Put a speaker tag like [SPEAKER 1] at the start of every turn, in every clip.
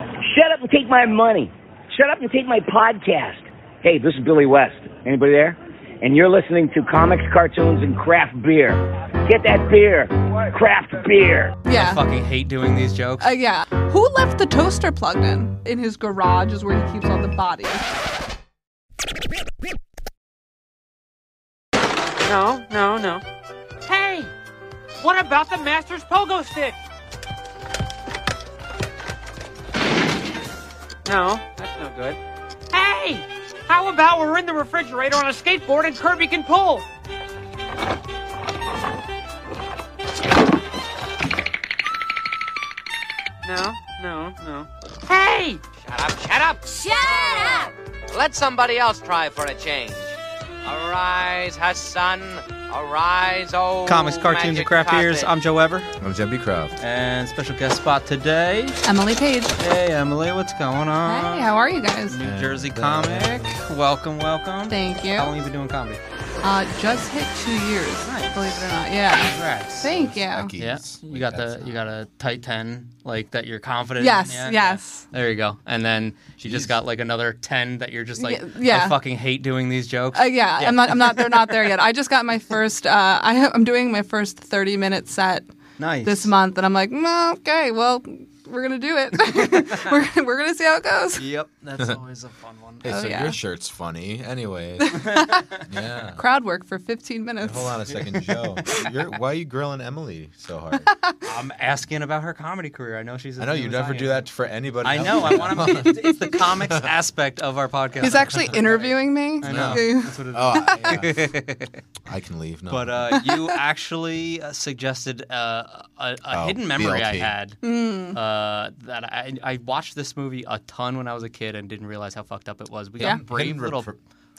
[SPEAKER 1] Shut up and take my money. Shut up and take my podcast. Hey, this is Billy West. Anybody there? And you're listening to comics, cartoons, and craft beer. Get that beer. Craft beer.
[SPEAKER 2] Yeah.
[SPEAKER 3] Fucking hate doing these jokes.
[SPEAKER 2] Uh, yeah. Who left the toaster plugged in? In his garage is where he keeps all the bodies.
[SPEAKER 4] No, no, no. Hey, what about the master's pogo stick? No, that's no good. Hey, how about we're in the refrigerator on a skateboard and Kirby can pull? No, no, no. Hey! Shut up, shut up!
[SPEAKER 5] Shut up!
[SPEAKER 4] Let somebody else try for a change. Arise, Hassan. Arise, oh.
[SPEAKER 3] Comics, cartoons, and craft beers. I'm Joe Weber.
[SPEAKER 6] I'm Jebby Kraft.
[SPEAKER 3] And special guest spot today.
[SPEAKER 2] Emily Page.
[SPEAKER 3] Hey, Emily, what's going on?
[SPEAKER 2] Hey, how are you guys?
[SPEAKER 3] New Jersey comic. Welcome, welcome.
[SPEAKER 2] Thank
[SPEAKER 3] How long
[SPEAKER 2] you.
[SPEAKER 3] you been doing comedy?
[SPEAKER 2] Uh, just hit two years,
[SPEAKER 3] Nice.
[SPEAKER 2] believe it or not. Yeah.
[SPEAKER 3] Congrats.
[SPEAKER 2] Thank you.
[SPEAKER 6] Lucky.
[SPEAKER 3] Yeah, you got the you got a tight ten like that. You're confident.
[SPEAKER 2] Yes,
[SPEAKER 3] in.
[SPEAKER 2] yes.
[SPEAKER 3] There you go. And then she just
[SPEAKER 6] Jeez.
[SPEAKER 3] got like another ten that you're just like,
[SPEAKER 2] Y- yeah.
[SPEAKER 3] I fucking hate doing these jokes.
[SPEAKER 2] Uh, yeah, I'm not. I'm not. They're not there yet. I just got my first. Uh, I have, I'm doing my first 30 minute set
[SPEAKER 3] nice.
[SPEAKER 2] this month, and I'm like, "Mm, okay, well, we're gonna do it. we're, we're gonna see how it goes.
[SPEAKER 3] Yep, that's always a fun one.
[SPEAKER 6] Hey, so
[SPEAKER 2] yeah.
[SPEAKER 6] your shirt's funny. Anyway. yeah.
[SPEAKER 2] Crowd work for 15 minutes.
[SPEAKER 6] Hold on a second, Joe. You're, why are you grilling Emily so hard?
[SPEAKER 3] I'm asking about her comedy career. I know she's.
[SPEAKER 6] I know you never do that for anybody.
[SPEAKER 3] I
[SPEAKER 6] else.
[SPEAKER 3] know. I want to. It's, it's the comics aspect of our podcast.
[SPEAKER 2] He's actually interviewing me.
[SPEAKER 3] I know. That's what it is.
[SPEAKER 6] Oh, I, I can leave now.
[SPEAKER 3] But uh, you actually uh, suggested uh, a, a
[SPEAKER 6] Oh,
[SPEAKER 3] hidden memory I
[SPEAKER 6] BLT.
[SPEAKER 3] had
[SPEAKER 2] Mm.
[SPEAKER 3] uh, that I, I watched this movie a ton when I was a kid and didn't realize how fucked up it was. We
[SPEAKER 2] Yeah.
[SPEAKER 3] got Brave Little,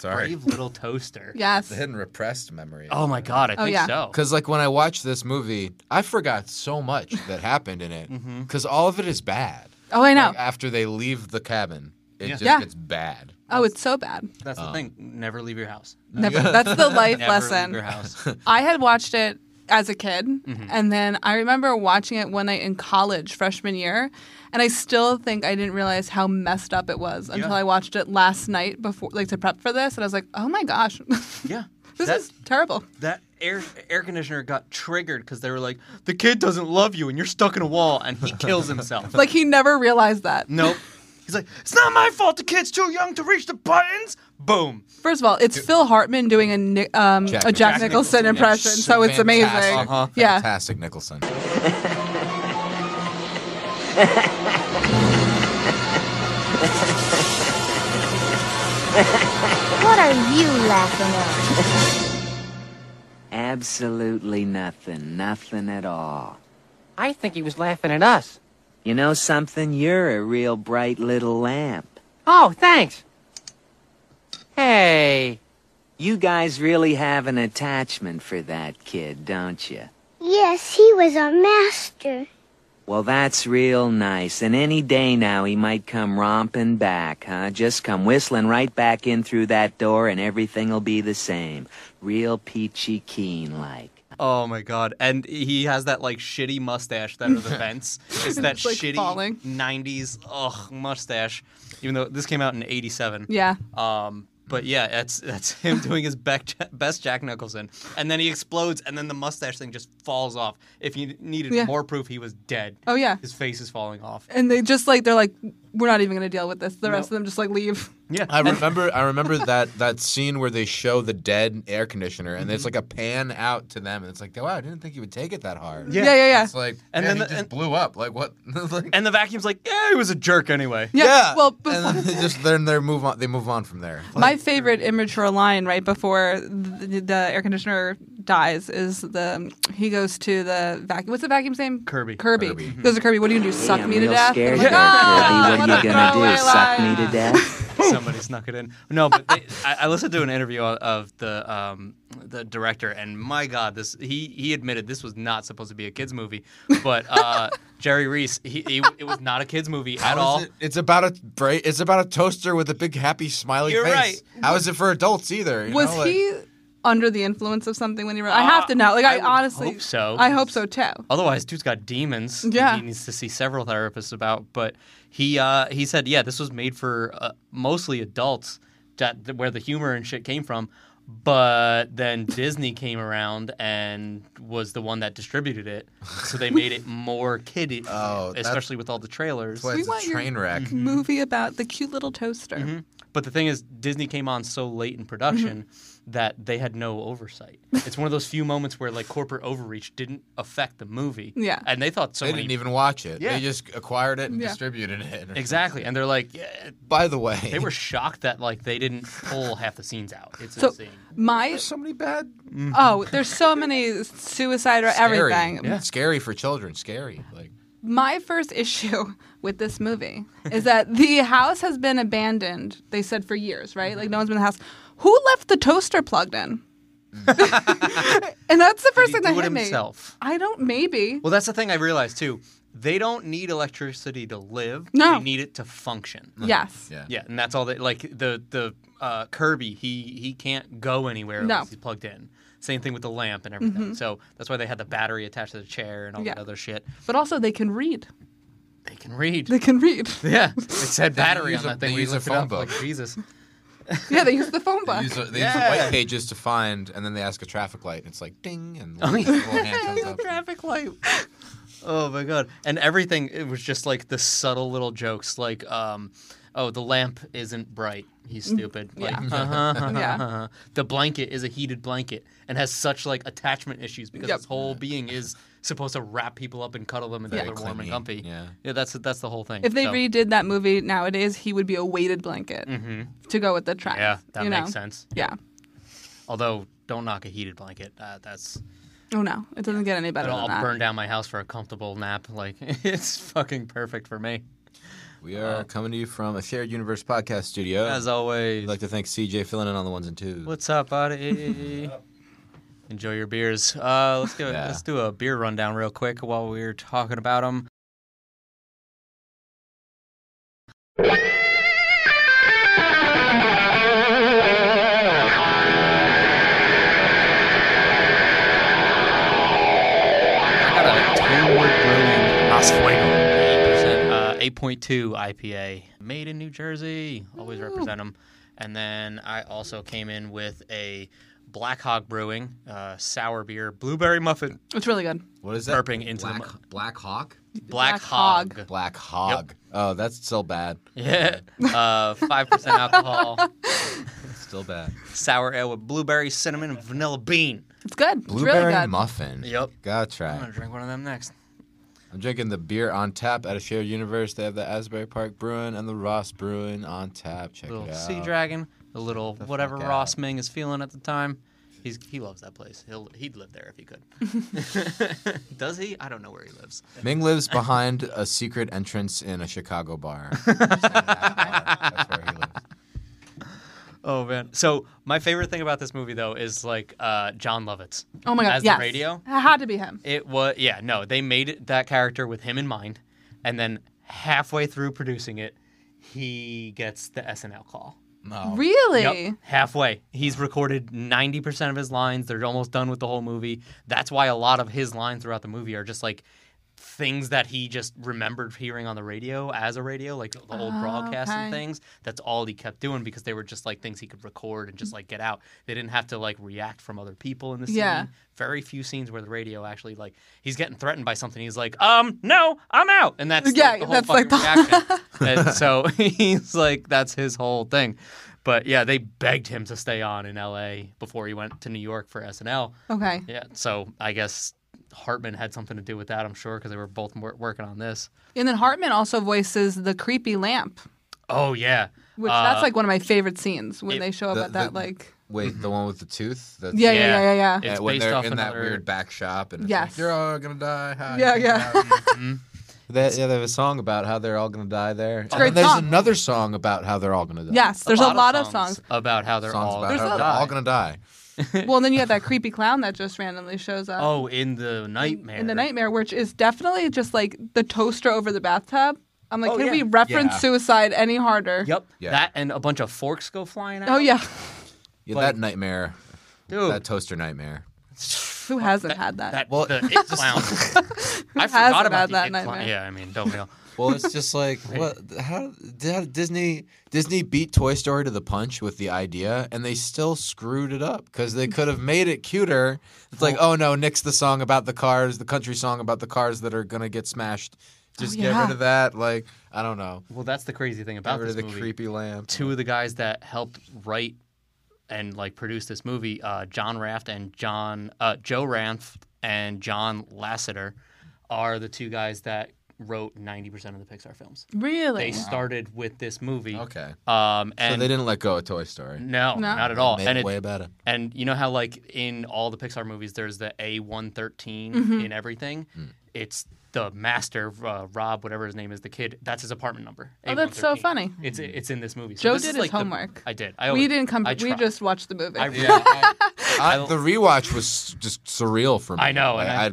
[SPEAKER 3] Brave Little Toaster.
[SPEAKER 2] Yes.
[SPEAKER 6] The hidden repressed memory.
[SPEAKER 3] Oh my god, I think
[SPEAKER 2] yeah.
[SPEAKER 3] so.
[SPEAKER 6] Because like when I watched this movie, I forgot so much that happened in it.
[SPEAKER 3] Mm-hmm.
[SPEAKER 6] Because all of it is bad.
[SPEAKER 2] Oh, I know.
[SPEAKER 6] Like, after they leave the cabin, it just
[SPEAKER 2] Yeah.
[SPEAKER 6] gets bad.
[SPEAKER 2] Oh, it's so bad.
[SPEAKER 3] That's the thing. Never leave your house.
[SPEAKER 2] Never, that's the life
[SPEAKER 3] Never
[SPEAKER 2] lesson.
[SPEAKER 3] leave your house.
[SPEAKER 2] I had watched it as a kid, and then I remember watching it one night in college, freshman year, and I still think I didn't realize how messed up it was until
[SPEAKER 3] Yeah.
[SPEAKER 2] I watched it last night before, like to prep for this, and I was like, oh my gosh, this
[SPEAKER 3] yeah.
[SPEAKER 2] is
[SPEAKER 3] That-
[SPEAKER 2] terrible.
[SPEAKER 3] that air air conditioner got triggered because they were like, the kid doesn't love you and you're stuck in a wall and he kills himself.
[SPEAKER 2] Like he never realized that.
[SPEAKER 3] nope. He's like, it's not my fault. The kid's too young to reach the buttons. Boom.
[SPEAKER 2] First of all, it's Phil Hartman doing a Ni- um,
[SPEAKER 6] Jack
[SPEAKER 2] a Jack
[SPEAKER 6] Nicholson.
[SPEAKER 2] Nicholson impression, so it's amazing.
[SPEAKER 6] Fantastic.
[SPEAKER 3] Uh-huh.
[SPEAKER 2] Yeah,
[SPEAKER 6] Fantastic Nicholson.
[SPEAKER 5] What are you laughing at?
[SPEAKER 7] Absolutely nothing. Nothing at all.
[SPEAKER 4] I think he was laughing at us.
[SPEAKER 7] You know something? You're a real bright little lamp.
[SPEAKER 4] Oh, thanks. Hey.
[SPEAKER 7] You guys really have an attachment for that kid, don't you?
[SPEAKER 5] Yes, he was our master.
[SPEAKER 7] Well, that's real nice. And any day now, he might come romping back, huh? Just come whistling right back in through that door, and everything'll be the same. Real peachy keen like.
[SPEAKER 3] Oh my god! And he has that like shitty mustache that are the vents. It's that
[SPEAKER 2] like,
[SPEAKER 3] shitty
[SPEAKER 2] falling.
[SPEAKER 3] '90s ugh mustache. Even though this came out in '87.
[SPEAKER 2] yeah.
[SPEAKER 3] Um. But ja, that's that's him doing his bec- best Jack Nicholson, and then he explodes, and then the mustache thing just falls off. If you needed
[SPEAKER 2] Yeah.
[SPEAKER 3] more proof, he was dead.
[SPEAKER 2] Oh, yeah.
[SPEAKER 3] his face is falling off.
[SPEAKER 2] And they just like they're like, we're not even gonna deal with this. The rest of them just like leave.
[SPEAKER 3] Yeah,
[SPEAKER 6] I remember I remember that that scene where they show the dead air conditioner and
[SPEAKER 2] Mm-hmm.
[SPEAKER 6] it's like a pan out to them and it's like, wow, I didn't think he would take it that hard.
[SPEAKER 2] Yeah, yeah, yeah.
[SPEAKER 6] It's like
[SPEAKER 3] And
[SPEAKER 6] and
[SPEAKER 3] then
[SPEAKER 6] then
[SPEAKER 3] the-
[SPEAKER 6] he just
[SPEAKER 3] and-
[SPEAKER 6] blew up. Like what? Like-
[SPEAKER 3] and the vacuum's like, yeah, he was a jerk anyway.
[SPEAKER 2] Yeah. Well, before,
[SPEAKER 6] and then they just then they move on. They move on from there.
[SPEAKER 2] my favorite immature line right before the, the air conditioner dies is the he goes to the vacuum. What's the vacuum's name?
[SPEAKER 3] Kirby.
[SPEAKER 2] Kirby.
[SPEAKER 6] Kirby.
[SPEAKER 2] He Goes to Kirby. What are you gonna do? Suck
[SPEAKER 7] Hey, I'm
[SPEAKER 2] me to
[SPEAKER 7] real
[SPEAKER 2] death?
[SPEAKER 7] scared
[SPEAKER 2] I'm like,
[SPEAKER 7] there,
[SPEAKER 2] "Ah, what
[SPEAKER 7] Kirby. What
[SPEAKER 2] a
[SPEAKER 7] are you gonna do?
[SPEAKER 2] throwaway
[SPEAKER 7] Suck me
[SPEAKER 2] line."
[SPEAKER 7] to death?
[SPEAKER 3] Somebody snuck it in. No, but they, I, I listened to an interview of- of the um, the director, and my God, this he he admitted this was not supposed to be a kids movie, but uh, Jerry Reese, he, he it was not a kids movie at
[SPEAKER 6] How is
[SPEAKER 3] all.
[SPEAKER 6] it- it's about a bra- it's about a toaster with a big happy smiley
[SPEAKER 3] You're
[SPEAKER 6] face.
[SPEAKER 3] right.
[SPEAKER 6] How is it for adults either? you
[SPEAKER 2] Was
[SPEAKER 6] know, like-
[SPEAKER 2] he under the influence of something when he wrote. I have to know. Like I,
[SPEAKER 3] Ah, would
[SPEAKER 2] honestly
[SPEAKER 3] hope so. Mm-hmm.
[SPEAKER 2] I hope so too.
[SPEAKER 3] Otherwise, dude's got demons. that
[SPEAKER 2] Yeah.
[SPEAKER 3] he needs to see several therapists about. But he uh, he said, yeah, this was made for uh, mostly adults, that, where the humor and shit came from. But then Disney came around and was the one that distributed it, so they made it more kiddie,
[SPEAKER 6] Oh, that's-
[SPEAKER 3] especially with all the trailers.
[SPEAKER 6] That's why it's
[SPEAKER 2] want
[SPEAKER 6] a
[SPEAKER 2] your-
[SPEAKER 6] train wreck.
[SPEAKER 2] Movie about the cute little toaster.
[SPEAKER 3] But the thing is, Disney came on so late in production
[SPEAKER 2] Mm-hmm.
[SPEAKER 3] that they had no oversight. It's one of those few moments where like corporate overreach didn't affect the movie.
[SPEAKER 2] Yeah.
[SPEAKER 3] and they thought so
[SPEAKER 6] They
[SPEAKER 3] many
[SPEAKER 6] didn't even watch it.
[SPEAKER 3] Yeah.
[SPEAKER 6] They just acquired it and
[SPEAKER 2] Yeah.
[SPEAKER 6] distributed it.
[SPEAKER 3] exactly, and they're like, yeah,
[SPEAKER 6] By the way,
[SPEAKER 3] they were shocked that like they didn't pull half the scenes out. It's
[SPEAKER 2] So
[SPEAKER 3] insane.
[SPEAKER 2] my
[SPEAKER 6] so many bad.
[SPEAKER 2] oh, there's so many suicide or
[SPEAKER 6] Scary.
[SPEAKER 2] everything.
[SPEAKER 6] Scary for children. Scary. Like
[SPEAKER 2] My first issue with this movie is that the house has been abandoned. They said for years, right? Like no one's been in the house. Who left the toaster plugged in? and that's the first thing
[SPEAKER 3] Did he
[SPEAKER 2] that
[SPEAKER 3] do it
[SPEAKER 2] hit
[SPEAKER 3] himself?
[SPEAKER 2] me. I don't. Maybe.
[SPEAKER 3] Well, that's the thing I realized too. They don't need electricity to live.
[SPEAKER 2] No.
[SPEAKER 3] they need it to function.
[SPEAKER 6] Mm.
[SPEAKER 2] yes.
[SPEAKER 6] yeah.
[SPEAKER 3] Yeah, and that's all that like the the uh, Kirby he he can't go anywhere
[SPEAKER 2] No.
[SPEAKER 3] unless he's plugged in. Same thing with the lamp and everything.
[SPEAKER 6] Mm-hmm.
[SPEAKER 3] So that's why they had the battery attached to the chair and all that
[SPEAKER 2] Yeah.
[SPEAKER 3] other shit.
[SPEAKER 2] But also, they can read.
[SPEAKER 3] They can read.
[SPEAKER 2] They can read.
[SPEAKER 3] yeah, it said battery
[SPEAKER 6] use
[SPEAKER 3] on
[SPEAKER 6] a-
[SPEAKER 3] that thing.
[SPEAKER 6] they
[SPEAKER 3] We
[SPEAKER 6] use a
[SPEAKER 3] looked it
[SPEAKER 6] phone
[SPEAKER 3] up,
[SPEAKER 6] book.
[SPEAKER 3] Like, Jesus.
[SPEAKER 2] Yeah, they use the phone book.
[SPEAKER 6] They use, the- they
[SPEAKER 3] Yeah.
[SPEAKER 6] use the white pages to find, and then they ask a traffic light, and it's like ding, and the little hand comes up.
[SPEAKER 3] Oh, traffic light. Oh my god! And everything it was just like the subtle little jokes, like um, oh the lamp isn't bright. He's stupid. Like,
[SPEAKER 2] Mm, Yeah.
[SPEAKER 3] uh-huh,
[SPEAKER 2] Yeah.
[SPEAKER 3] uh-huh. The blanket is a heated blanket and has such like attachment issues because
[SPEAKER 2] Yep.
[SPEAKER 3] its whole being is supposed to wrap people up and cuddle them until
[SPEAKER 6] Very
[SPEAKER 3] they're warm and
[SPEAKER 6] clingy,
[SPEAKER 3] comfy.
[SPEAKER 6] yeah.
[SPEAKER 3] yeah. That's that's the whole thing.
[SPEAKER 2] If they
[SPEAKER 3] So,
[SPEAKER 2] redid that movie nowadays, he would be a weighted blanket to go with the trend.
[SPEAKER 3] Mm-hmm. yeah, that
[SPEAKER 2] you
[SPEAKER 3] makes
[SPEAKER 2] know?
[SPEAKER 3] sense.
[SPEAKER 2] Yeah.
[SPEAKER 3] Although, don't knock a heated blanket. Uh, that's
[SPEAKER 2] Oh no, it doesn't get any better than
[SPEAKER 3] I'll
[SPEAKER 2] that.
[SPEAKER 3] burn down my house for a comfortable nap. Like it's fucking perfect for me.
[SPEAKER 6] We are coming to you from a shared universe podcast studio.
[SPEAKER 3] As
[SPEAKER 6] I'd
[SPEAKER 3] always.
[SPEAKER 6] like to thank CJ filling in on the ones and twos.
[SPEAKER 3] What's up, buddy? Enjoy your beers. Uh, let's go.
[SPEAKER 6] Yeah.
[SPEAKER 3] Let's do a beer rundown real quick while we were talking about them. Uh, 8.2 IPA, made in New Jersey. Always represent them. And then I also came in with a Black Hog Brewing uh, sour beer, blueberry muffin,
[SPEAKER 2] It's really good.
[SPEAKER 6] What is that?
[SPEAKER 3] burping into
[SPEAKER 6] Black,
[SPEAKER 3] the mu-
[SPEAKER 6] Black Hawk?
[SPEAKER 3] Black,
[SPEAKER 2] Black
[SPEAKER 3] Hog.
[SPEAKER 6] Black Hog. Oh, that's still bad.
[SPEAKER 3] Yeah, Uh, five percent alcohol,
[SPEAKER 6] Still bad.
[SPEAKER 3] sour ale with blueberry, cinnamon, and vanilla bean.
[SPEAKER 2] It's good.
[SPEAKER 6] Blueberry
[SPEAKER 2] it's really good.
[SPEAKER 6] muffin.
[SPEAKER 3] Yep.
[SPEAKER 6] Gotta
[SPEAKER 3] I'm
[SPEAKER 6] try.
[SPEAKER 3] gonna
[SPEAKER 6] it.
[SPEAKER 3] drink one of them next.
[SPEAKER 6] I'm drinking the beer on tap at a shared universe. They have the Asbury Park Brewing and the Ross Brewing on tap. Check
[SPEAKER 3] Little
[SPEAKER 6] it out.
[SPEAKER 3] sea dragon, the little whatever
[SPEAKER 6] fuck
[SPEAKER 3] Ross
[SPEAKER 6] out.
[SPEAKER 3] Ming is feeling at the time. He's he loves that place. He'll he'd live there if he could. Does he? I don't know where he lives.
[SPEAKER 6] Ming lives behind a secret entrance in a Chicago bar. That's where he lives.
[SPEAKER 3] Oh man. So my favorite thing about this movie though is like uh, John Lovitz.
[SPEAKER 2] Oh my god.
[SPEAKER 3] As
[SPEAKER 2] yes.
[SPEAKER 3] the radio.
[SPEAKER 2] It had to be him.
[SPEAKER 3] It was yeah, no, they made it, that character with him in mind, and then halfway through producing it, he gets the SNL call.
[SPEAKER 2] Really?
[SPEAKER 3] Oh. Yep, halfway. He's recorded 90% of his lines. They're almost done with the whole movie. That's why a lot of his lines throughout the movie are just like things that he just remembered hearing on the radio as a radio, like the old broadcasts and
[SPEAKER 2] Oh, okay.
[SPEAKER 3] things. That's all he kept doing because they were just like things he could record and just like get out. They didn't have to like react from other people in the scene.
[SPEAKER 2] Yeah.
[SPEAKER 3] Very few scenes where the radio actually like he's getting threatened by something. He's like, um, no, I'm out. And that's
[SPEAKER 2] Yeah,
[SPEAKER 3] like, the whole
[SPEAKER 2] that's, like,
[SPEAKER 3] fucking reaction. and so he's like, that's his whole thing. But yeah, they begged him to stay on in L.A. before he went to New York for SNL.
[SPEAKER 2] Okay.
[SPEAKER 3] Yeah, so I guess Hartman had something to do with that, I'm sure, because they were both wor- working on this.
[SPEAKER 2] And then Hartman also voices the creepy lamp,
[SPEAKER 3] Oh yeah,
[SPEAKER 2] which
[SPEAKER 3] Uh,
[SPEAKER 2] that's like one of my favorite scenes when they show up
[SPEAKER 6] the-
[SPEAKER 2] at that
[SPEAKER 6] the-
[SPEAKER 2] like
[SPEAKER 6] Wait, the one with the tooth? That's
[SPEAKER 2] yeah yeah yeah yeah yeah.
[SPEAKER 3] It's
[SPEAKER 6] Uh, when
[SPEAKER 3] based
[SPEAKER 6] they're
[SPEAKER 3] off
[SPEAKER 6] in that
[SPEAKER 3] another-
[SPEAKER 6] weird back shop, and it's
[SPEAKER 2] Yes.
[SPEAKER 6] like, you're all gonna die. Hi.
[SPEAKER 2] Yeah, yeah.
[SPEAKER 6] They, yeah, they have a song about how they're all gonna die there. and
[SPEAKER 2] great
[SPEAKER 6] then there's
[SPEAKER 2] song.
[SPEAKER 6] another song about how they're all gonna die.
[SPEAKER 2] yes, there's a lot, of songs.
[SPEAKER 3] about how they're
[SPEAKER 6] songs
[SPEAKER 3] all
[SPEAKER 6] about
[SPEAKER 2] There's
[SPEAKER 6] how
[SPEAKER 2] a-
[SPEAKER 6] they're all gonna die.
[SPEAKER 2] well, and then you have that creepy clown that just randomly shows up
[SPEAKER 3] Oh, in the nightmare.
[SPEAKER 2] in the nightmare, which is definitely just like the toaster over the bathtub. I'm like,
[SPEAKER 3] Oh,
[SPEAKER 2] can
[SPEAKER 3] yeah.
[SPEAKER 2] we reference
[SPEAKER 6] Yeah.
[SPEAKER 2] suicide any harder?
[SPEAKER 3] Yep.
[SPEAKER 6] Yeah.
[SPEAKER 3] That and a bunch of forks go flying out.
[SPEAKER 2] Oh yeah,
[SPEAKER 6] Yeah,
[SPEAKER 3] Like-
[SPEAKER 6] that nightmare.
[SPEAKER 3] Dude.
[SPEAKER 6] That toaster nightmare.
[SPEAKER 2] Who hasn't had that?
[SPEAKER 3] that
[SPEAKER 6] Well,
[SPEAKER 3] the it clown. I
[SPEAKER 2] hasn't
[SPEAKER 3] forgot about
[SPEAKER 2] had
[SPEAKER 3] the
[SPEAKER 2] that
[SPEAKER 3] it clown.
[SPEAKER 2] nightmare?
[SPEAKER 3] Yeah, I mean, don't we all?
[SPEAKER 6] Well, it's just like what? How, how did Disney Disney beat Toy Story to the punch with the idea, and they still screwed it up because they could have made it cuter. It's like, oh no, nix the song about the cars, the country song about the cars that are gonna get smashed. Just get
[SPEAKER 2] yeah.
[SPEAKER 6] rid of that. Like, I don't know.
[SPEAKER 3] Well, that's the crazy thing
[SPEAKER 6] Get
[SPEAKER 3] about
[SPEAKER 6] rid
[SPEAKER 3] this
[SPEAKER 6] of the
[SPEAKER 3] movie.
[SPEAKER 6] creepy lamp.
[SPEAKER 3] Two of the guys that helped write and like produce this movie, uh, John Raft and John uh, Joe Raft and John Lasseter, are the two guys that wrote ninety percent of the Pixar films.
[SPEAKER 2] really?
[SPEAKER 3] They started with this movie.
[SPEAKER 6] Okay.
[SPEAKER 3] Um, and
[SPEAKER 6] so they didn't let go of Toy Story.
[SPEAKER 3] No,
[SPEAKER 2] No.
[SPEAKER 3] not at all.
[SPEAKER 6] Made
[SPEAKER 3] and
[SPEAKER 6] it
[SPEAKER 3] it-
[SPEAKER 6] way better.
[SPEAKER 3] And you know how like in all the Pixar movies, there's the A113
[SPEAKER 2] Mm-hmm.
[SPEAKER 3] in everything. It's the master uh, Rob, whatever his name is, the kid. That's his apartment number.
[SPEAKER 2] Oh, that's so
[SPEAKER 3] A113.
[SPEAKER 2] funny.
[SPEAKER 3] It's it's in this movie. So
[SPEAKER 2] Joe
[SPEAKER 3] this
[SPEAKER 2] did
[SPEAKER 3] is,
[SPEAKER 2] his
[SPEAKER 3] like, the-
[SPEAKER 2] homework.
[SPEAKER 3] I did. I
[SPEAKER 2] we
[SPEAKER 3] always-
[SPEAKER 2] didn't come.
[SPEAKER 3] I
[SPEAKER 2] we
[SPEAKER 3] tried.
[SPEAKER 2] just watched the movie.
[SPEAKER 3] I really-
[SPEAKER 6] I, the rewatch was just surreal for me.
[SPEAKER 3] I know, and
[SPEAKER 6] I,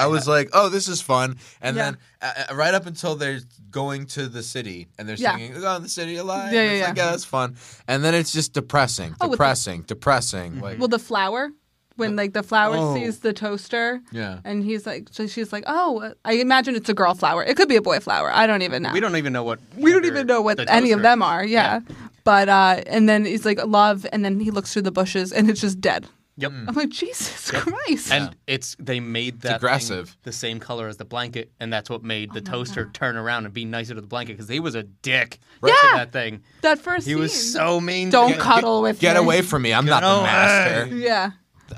[SPEAKER 6] I, I was like, "Oh, this is fun," and
[SPEAKER 2] Yeah.
[SPEAKER 6] then uh, uh, right up until they're going to the city and they're
[SPEAKER 2] Yeah.
[SPEAKER 6] singing "Oh, the city alive,"
[SPEAKER 2] Yeah,
[SPEAKER 6] and
[SPEAKER 2] yeah,
[SPEAKER 6] it's like,
[SPEAKER 2] yeah.
[SPEAKER 6] yeah, that's fun. And then it's just depressing,
[SPEAKER 2] Oh, with the-
[SPEAKER 6] depressing, depressing.
[SPEAKER 3] Mm-hmm.
[SPEAKER 6] Like,
[SPEAKER 2] well, the flower. When like the flower
[SPEAKER 6] Oh.
[SPEAKER 2] sees the toaster.
[SPEAKER 6] yeah,
[SPEAKER 2] And he's like, so she's like, oh, I imagine it's a girl flower. It could be a boy flower. I don't even know.
[SPEAKER 3] We don't even know what.
[SPEAKER 2] we don't even know what any of them are. Yeah. But uh, and then he's like love, and then he looks through the bushes, and it's just dead.
[SPEAKER 3] Yep.
[SPEAKER 2] I'm like Jesus Christ.
[SPEAKER 3] And it's they made that thing
[SPEAKER 6] aggressive.
[SPEAKER 3] the same color as the blanket, and that's what made
[SPEAKER 2] Oh
[SPEAKER 3] the toaster turn around and be nicer to the blanket because he was a dick right to
[SPEAKER 2] Yeah.
[SPEAKER 3] that thing.
[SPEAKER 2] that first
[SPEAKER 3] He was
[SPEAKER 2] scene.
[SPEAKER 3] so mean. to
[SPEAKER 2] Don't
[SPEAKER 3] him.
[SPEAKER 2] cuddle with.
[SPEAKER 6] get
[SPEAKER 2] me.
[SPEAKER 6] away from me! I'm not
[SPEAKER 3] away.
[SPEAKER 6] the master.
[SPEAKER 2] Yeah.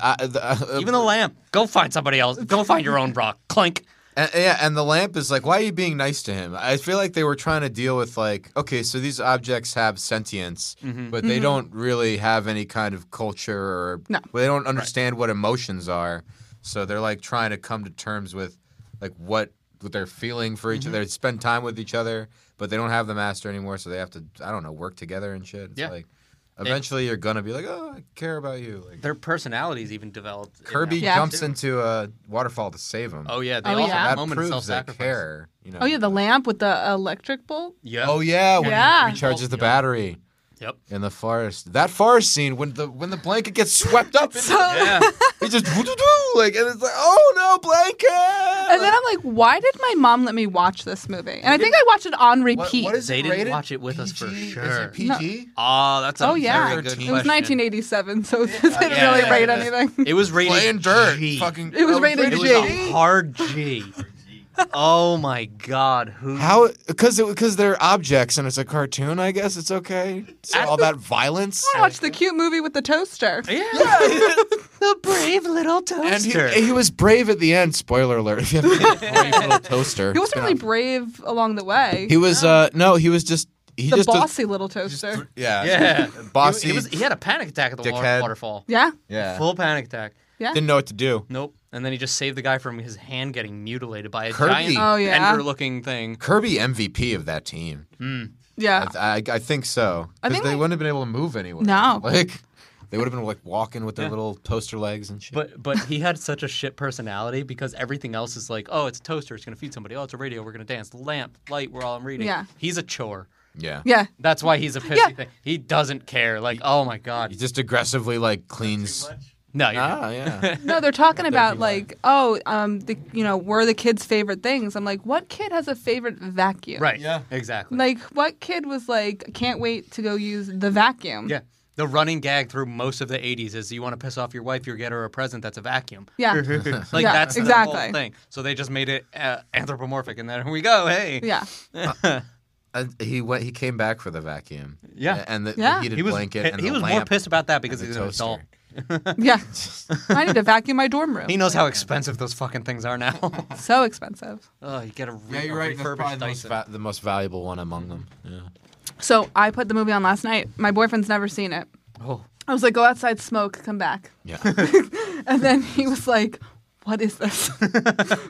[SPEAKER 6] I, the, uh,
[SPEAKER 3] Even the lamp. Go find somebody else. Go find your own rock. Clink.
[SPEAKER 6] And, yeah, and the lamp is like, why are you being nice to him? I feel like they were trying to deal with like, okay, so these objects have sentience, but they don't really have any kind of culture or
[SPEAKER 2] No.
[SPEAKER 6] well, they don't understand what emotions are. So they're like trying to come to terms with like what, what they're feeling for each other. They spend time with each other, but they don't have the master anymore, so they have to I don't know work together and shit. It's
[SPEAKER 3] Yeah.
[SPEAKER 6] like eventually you're gonna be like, oh, I care about you. Like
[SPEAKER 3] Their personalities even developed. in that
[SPEAKER 6] Kirby
[SPEAKER 3] one,
[SPEAKER 2] Yeah.
[SPEAKER 6] jumps
[SPEAKER 3] too.
[SPEAKER 6] into a waterfall to save him.
[SPEAKER 3] Oh yeah, they
[SPEAKER 2] Oh,
[SPEAKER 3] all
[SPEAKER 2] yeah.
[SPEAKER 3] have
[SPEAKER 6] that
[SPEAKER 3] a moment of
[SPEAKER 6] proves they
[SPEAKER 3] self-sacrifice.
[SPEAKER 6] care. You know.
[SPEAKER 2] Oh yeah, the lamp with the electric bolt.
[SPEAKER 3] Yeah.
[SPEAKER 6] Oh yeah, when
[SPEAKER 2] Yeah.
[SPEAKER 6] he recharges the battery
[SPEAKER 3] Yep.
[SPEAKER 6] in the forest. That forest scene when the when the blanket gets swept up, and
[SPEAKER 2] So-
[SPEAKER 3] Yeah.
[SPEAKER 6] he just woo-doo-doo, like and it's like, oh no, blanket.
[SPEAKER 2] And then I'm like, why did my mom let me watch this movie? And I think I watched it on
[SPEAKER 6] What-
[SPEAKER 2] repeat.
[SPEAKER 6] what is
[SPEAKER 3] They
[SPEAKER 6] it
[SPEAKER 3] didn't
[SPEAKER 6] rated?
[SPEAKER 3] watch it with us for
[SPEAKER 6] PG? Is
[SPEAKER 3] sure.
[SPEAKER 6] it PG?
[SPEAKER 3] Oh, that's a
[SPEAKER 2] Oh, yeah.
[SPEAKER 3] very good
[SPEAKER 6] It was
[SPEAKER 2] it was
[SPEAKER 3] question.
[SPEAKER 2] 1987, so it didn't
[SPEAKER 3] yeah,
[SPEAKER 2] really
[SPEAKER 3] yeah,
[SPEAKER 2] rate
[SPEAKER 3] yeah.
[SPEAKER 2] anything.
[SPEAKER 3] It was rated
[SPEAKER 6] Playing dirt.
[SPEAKER 3] G.
[SPEAKER 6] Fucking.
[SPEAKER 2] It was
[SPEAKER 6] oh,
[SPEAKER 2] rated
[SPEAKER 3] It was
[SPEAKER 2] G.
[SPEAKER 3] a hard G. oh my God. Who?
[SPEAKER 6] How? Because because they're objects and it's a cartoon. I guess it's okay. So all that violence.
[SPEAKER 2] I watched the cute movie with the toaster.
[SPEAKER 3] Yeah. the brave little
[SPEAKER 6] And he,
[SPEAKER 3] toaster.
[SPEAKER 6] he was brave at the end. Spoiler alert! If you haven't seen it, brave little toaster.
[SPEAKER 2] He wasn't really brave along the way.
[SPEAKER 6] He was. Uh, no, he was just. He
[SPEAKER 2] the
[SPEAKER 6] just.
[SPEAKER 2] bossy little toaster.
[SPEAKER 6] yeah.
[SPEAKER 3] yeah.
[SPEAKER 6] Bossy.
[SPEAKER 3] He, was, he had a panic attack at the wa-
[SPEAKER 6] dickhead.
[SPEAKER 3] waterfall.
[SPEAKER 2] yeah.
[SPEAKER 6] yeah.
[SPEAKER 3] Full panic attack.
[SPEAKER 6] Didn't know what to do.
[SPEAKER 3] Nope. And then he just saved the guy from his hand getting mutilated by a
[SPEAKER 6] Kirby.
[SPEAKER 3] giant
[SPEAKER 2] Oh, yeah.
[SPEAKER 3] ender-looking thing.
[SPEAKER 6] Kirby MVP of that team.
[SPEAKER 2] Yeah.
[SPEAKER 6] I, I think so.
[SPEAKER 2] I
[SPEAKER 6] Because
[SPEAKER 2] think
[SPEAKER 6] they
[SPEAKER 2] like-
[SPEAKER 6] wouldn't have been able to move anywhere.
[SPEAKER 2] No.
[SPEAKER 6] Like they would have been like walking with their little toaster legs and shit.
[SPEAKER 3] But but he had such a shit personality because everything else is like, oh, it's a toaster, it's gonna feed somebody. Oh, it's a radio, we're gonna dance. Lamp, light, we're all I'm reading.
[SPEAKER 2] Yeah.
[SPEAKER 3] He's a chore.
[SPEAKER 6] yeah.
[SPEAKER 2] Yeah.
[SPEAKER 3] That's why he's a pissy
[SPEAKER 2] Yeah.
[SPEAKER 3] thing. He doesn't care. Like, oh my
[SPEAKER 6] He
[SPEAKER 3] god.
[SPEAKER 6] just aggressively like cleans.
[SPEAKER 3] No, you're
[SPEAKER 6] Ah, yeah.
[SPEAKER 2] No, they're talking about like, oh, um, the, you know, we're the kids' favorite things. I'm like, what kid has a favorite vacuum?
[SPEAKER 3] right.
[SPEAKER 6] Yeah.
[SPEAKER 3] Exactly.
[SPEAKER 2] Like, what kid was like, can't wait to go use the vacuum?
[SPEAKER 3] yeah. The running gag through most of the 80s is you want to piss off your wife, you get her a present that's a vacuum.
[SPEAKER 2] Yeah.
[SPEAKER 3] like
[SPEAKER 2] Yeah,
[SPEAKER 3] that's the
[SPEAKER 2] exactly.
[SPEAKER 3] whole thing. So they just made it uh, anthropomorphic, and there we go. Hey,
[SPEAKER 2] Yeah.
[SPEAKER 6] And Uh, he went. He came back for the vacuum.
[SPEAKER 3] Yeah.
[SPEAKER 6] And the,
[SPEAKER 2] Yeah.
[SPEAKER 6] the heated
[SPEAKER 3] he was
[SPEAKER 6] blanket. And
[SPEAKER 3] he
[SPEAKER 6] the
[SPEAKER 3] was more
[SPEAKER 6] lamp
[SPEAKER 3] pissed about that because
[SPEAKER 6] and the
[SPEAKER 3] he's an adult.
[SPEAKER 6] toaster.
[SPEAKER 2] Yeah. I need to vacuum my dorm room.
[SPEAKER 3] He knows how expensive those fucking things are now.
[SPEAKER 2] So expensive.
[SPEAKER 3] oh, you get a, re-
[SPEAKER 6] Yeah, you're
[SPEAKER 3] a
[SPEAKER 6] right. That's probably
[SPEAKER 3] refurbished
[SPEAKER 6] the most,
[SPEAKER 3] Dyson.
[SPEAKER 6] va- the most valuable one among them. Yeah.
[SPEAKER 2] So I put the movie on last night. My boyfriend's never seen it.
[SPEAKER 3] Oh.
[SPEAKER 2] I was like, go outside, smoke, come back.
[SPEAKER 6] Yeah.
[SPEAKER 2] And then he was like, what is this?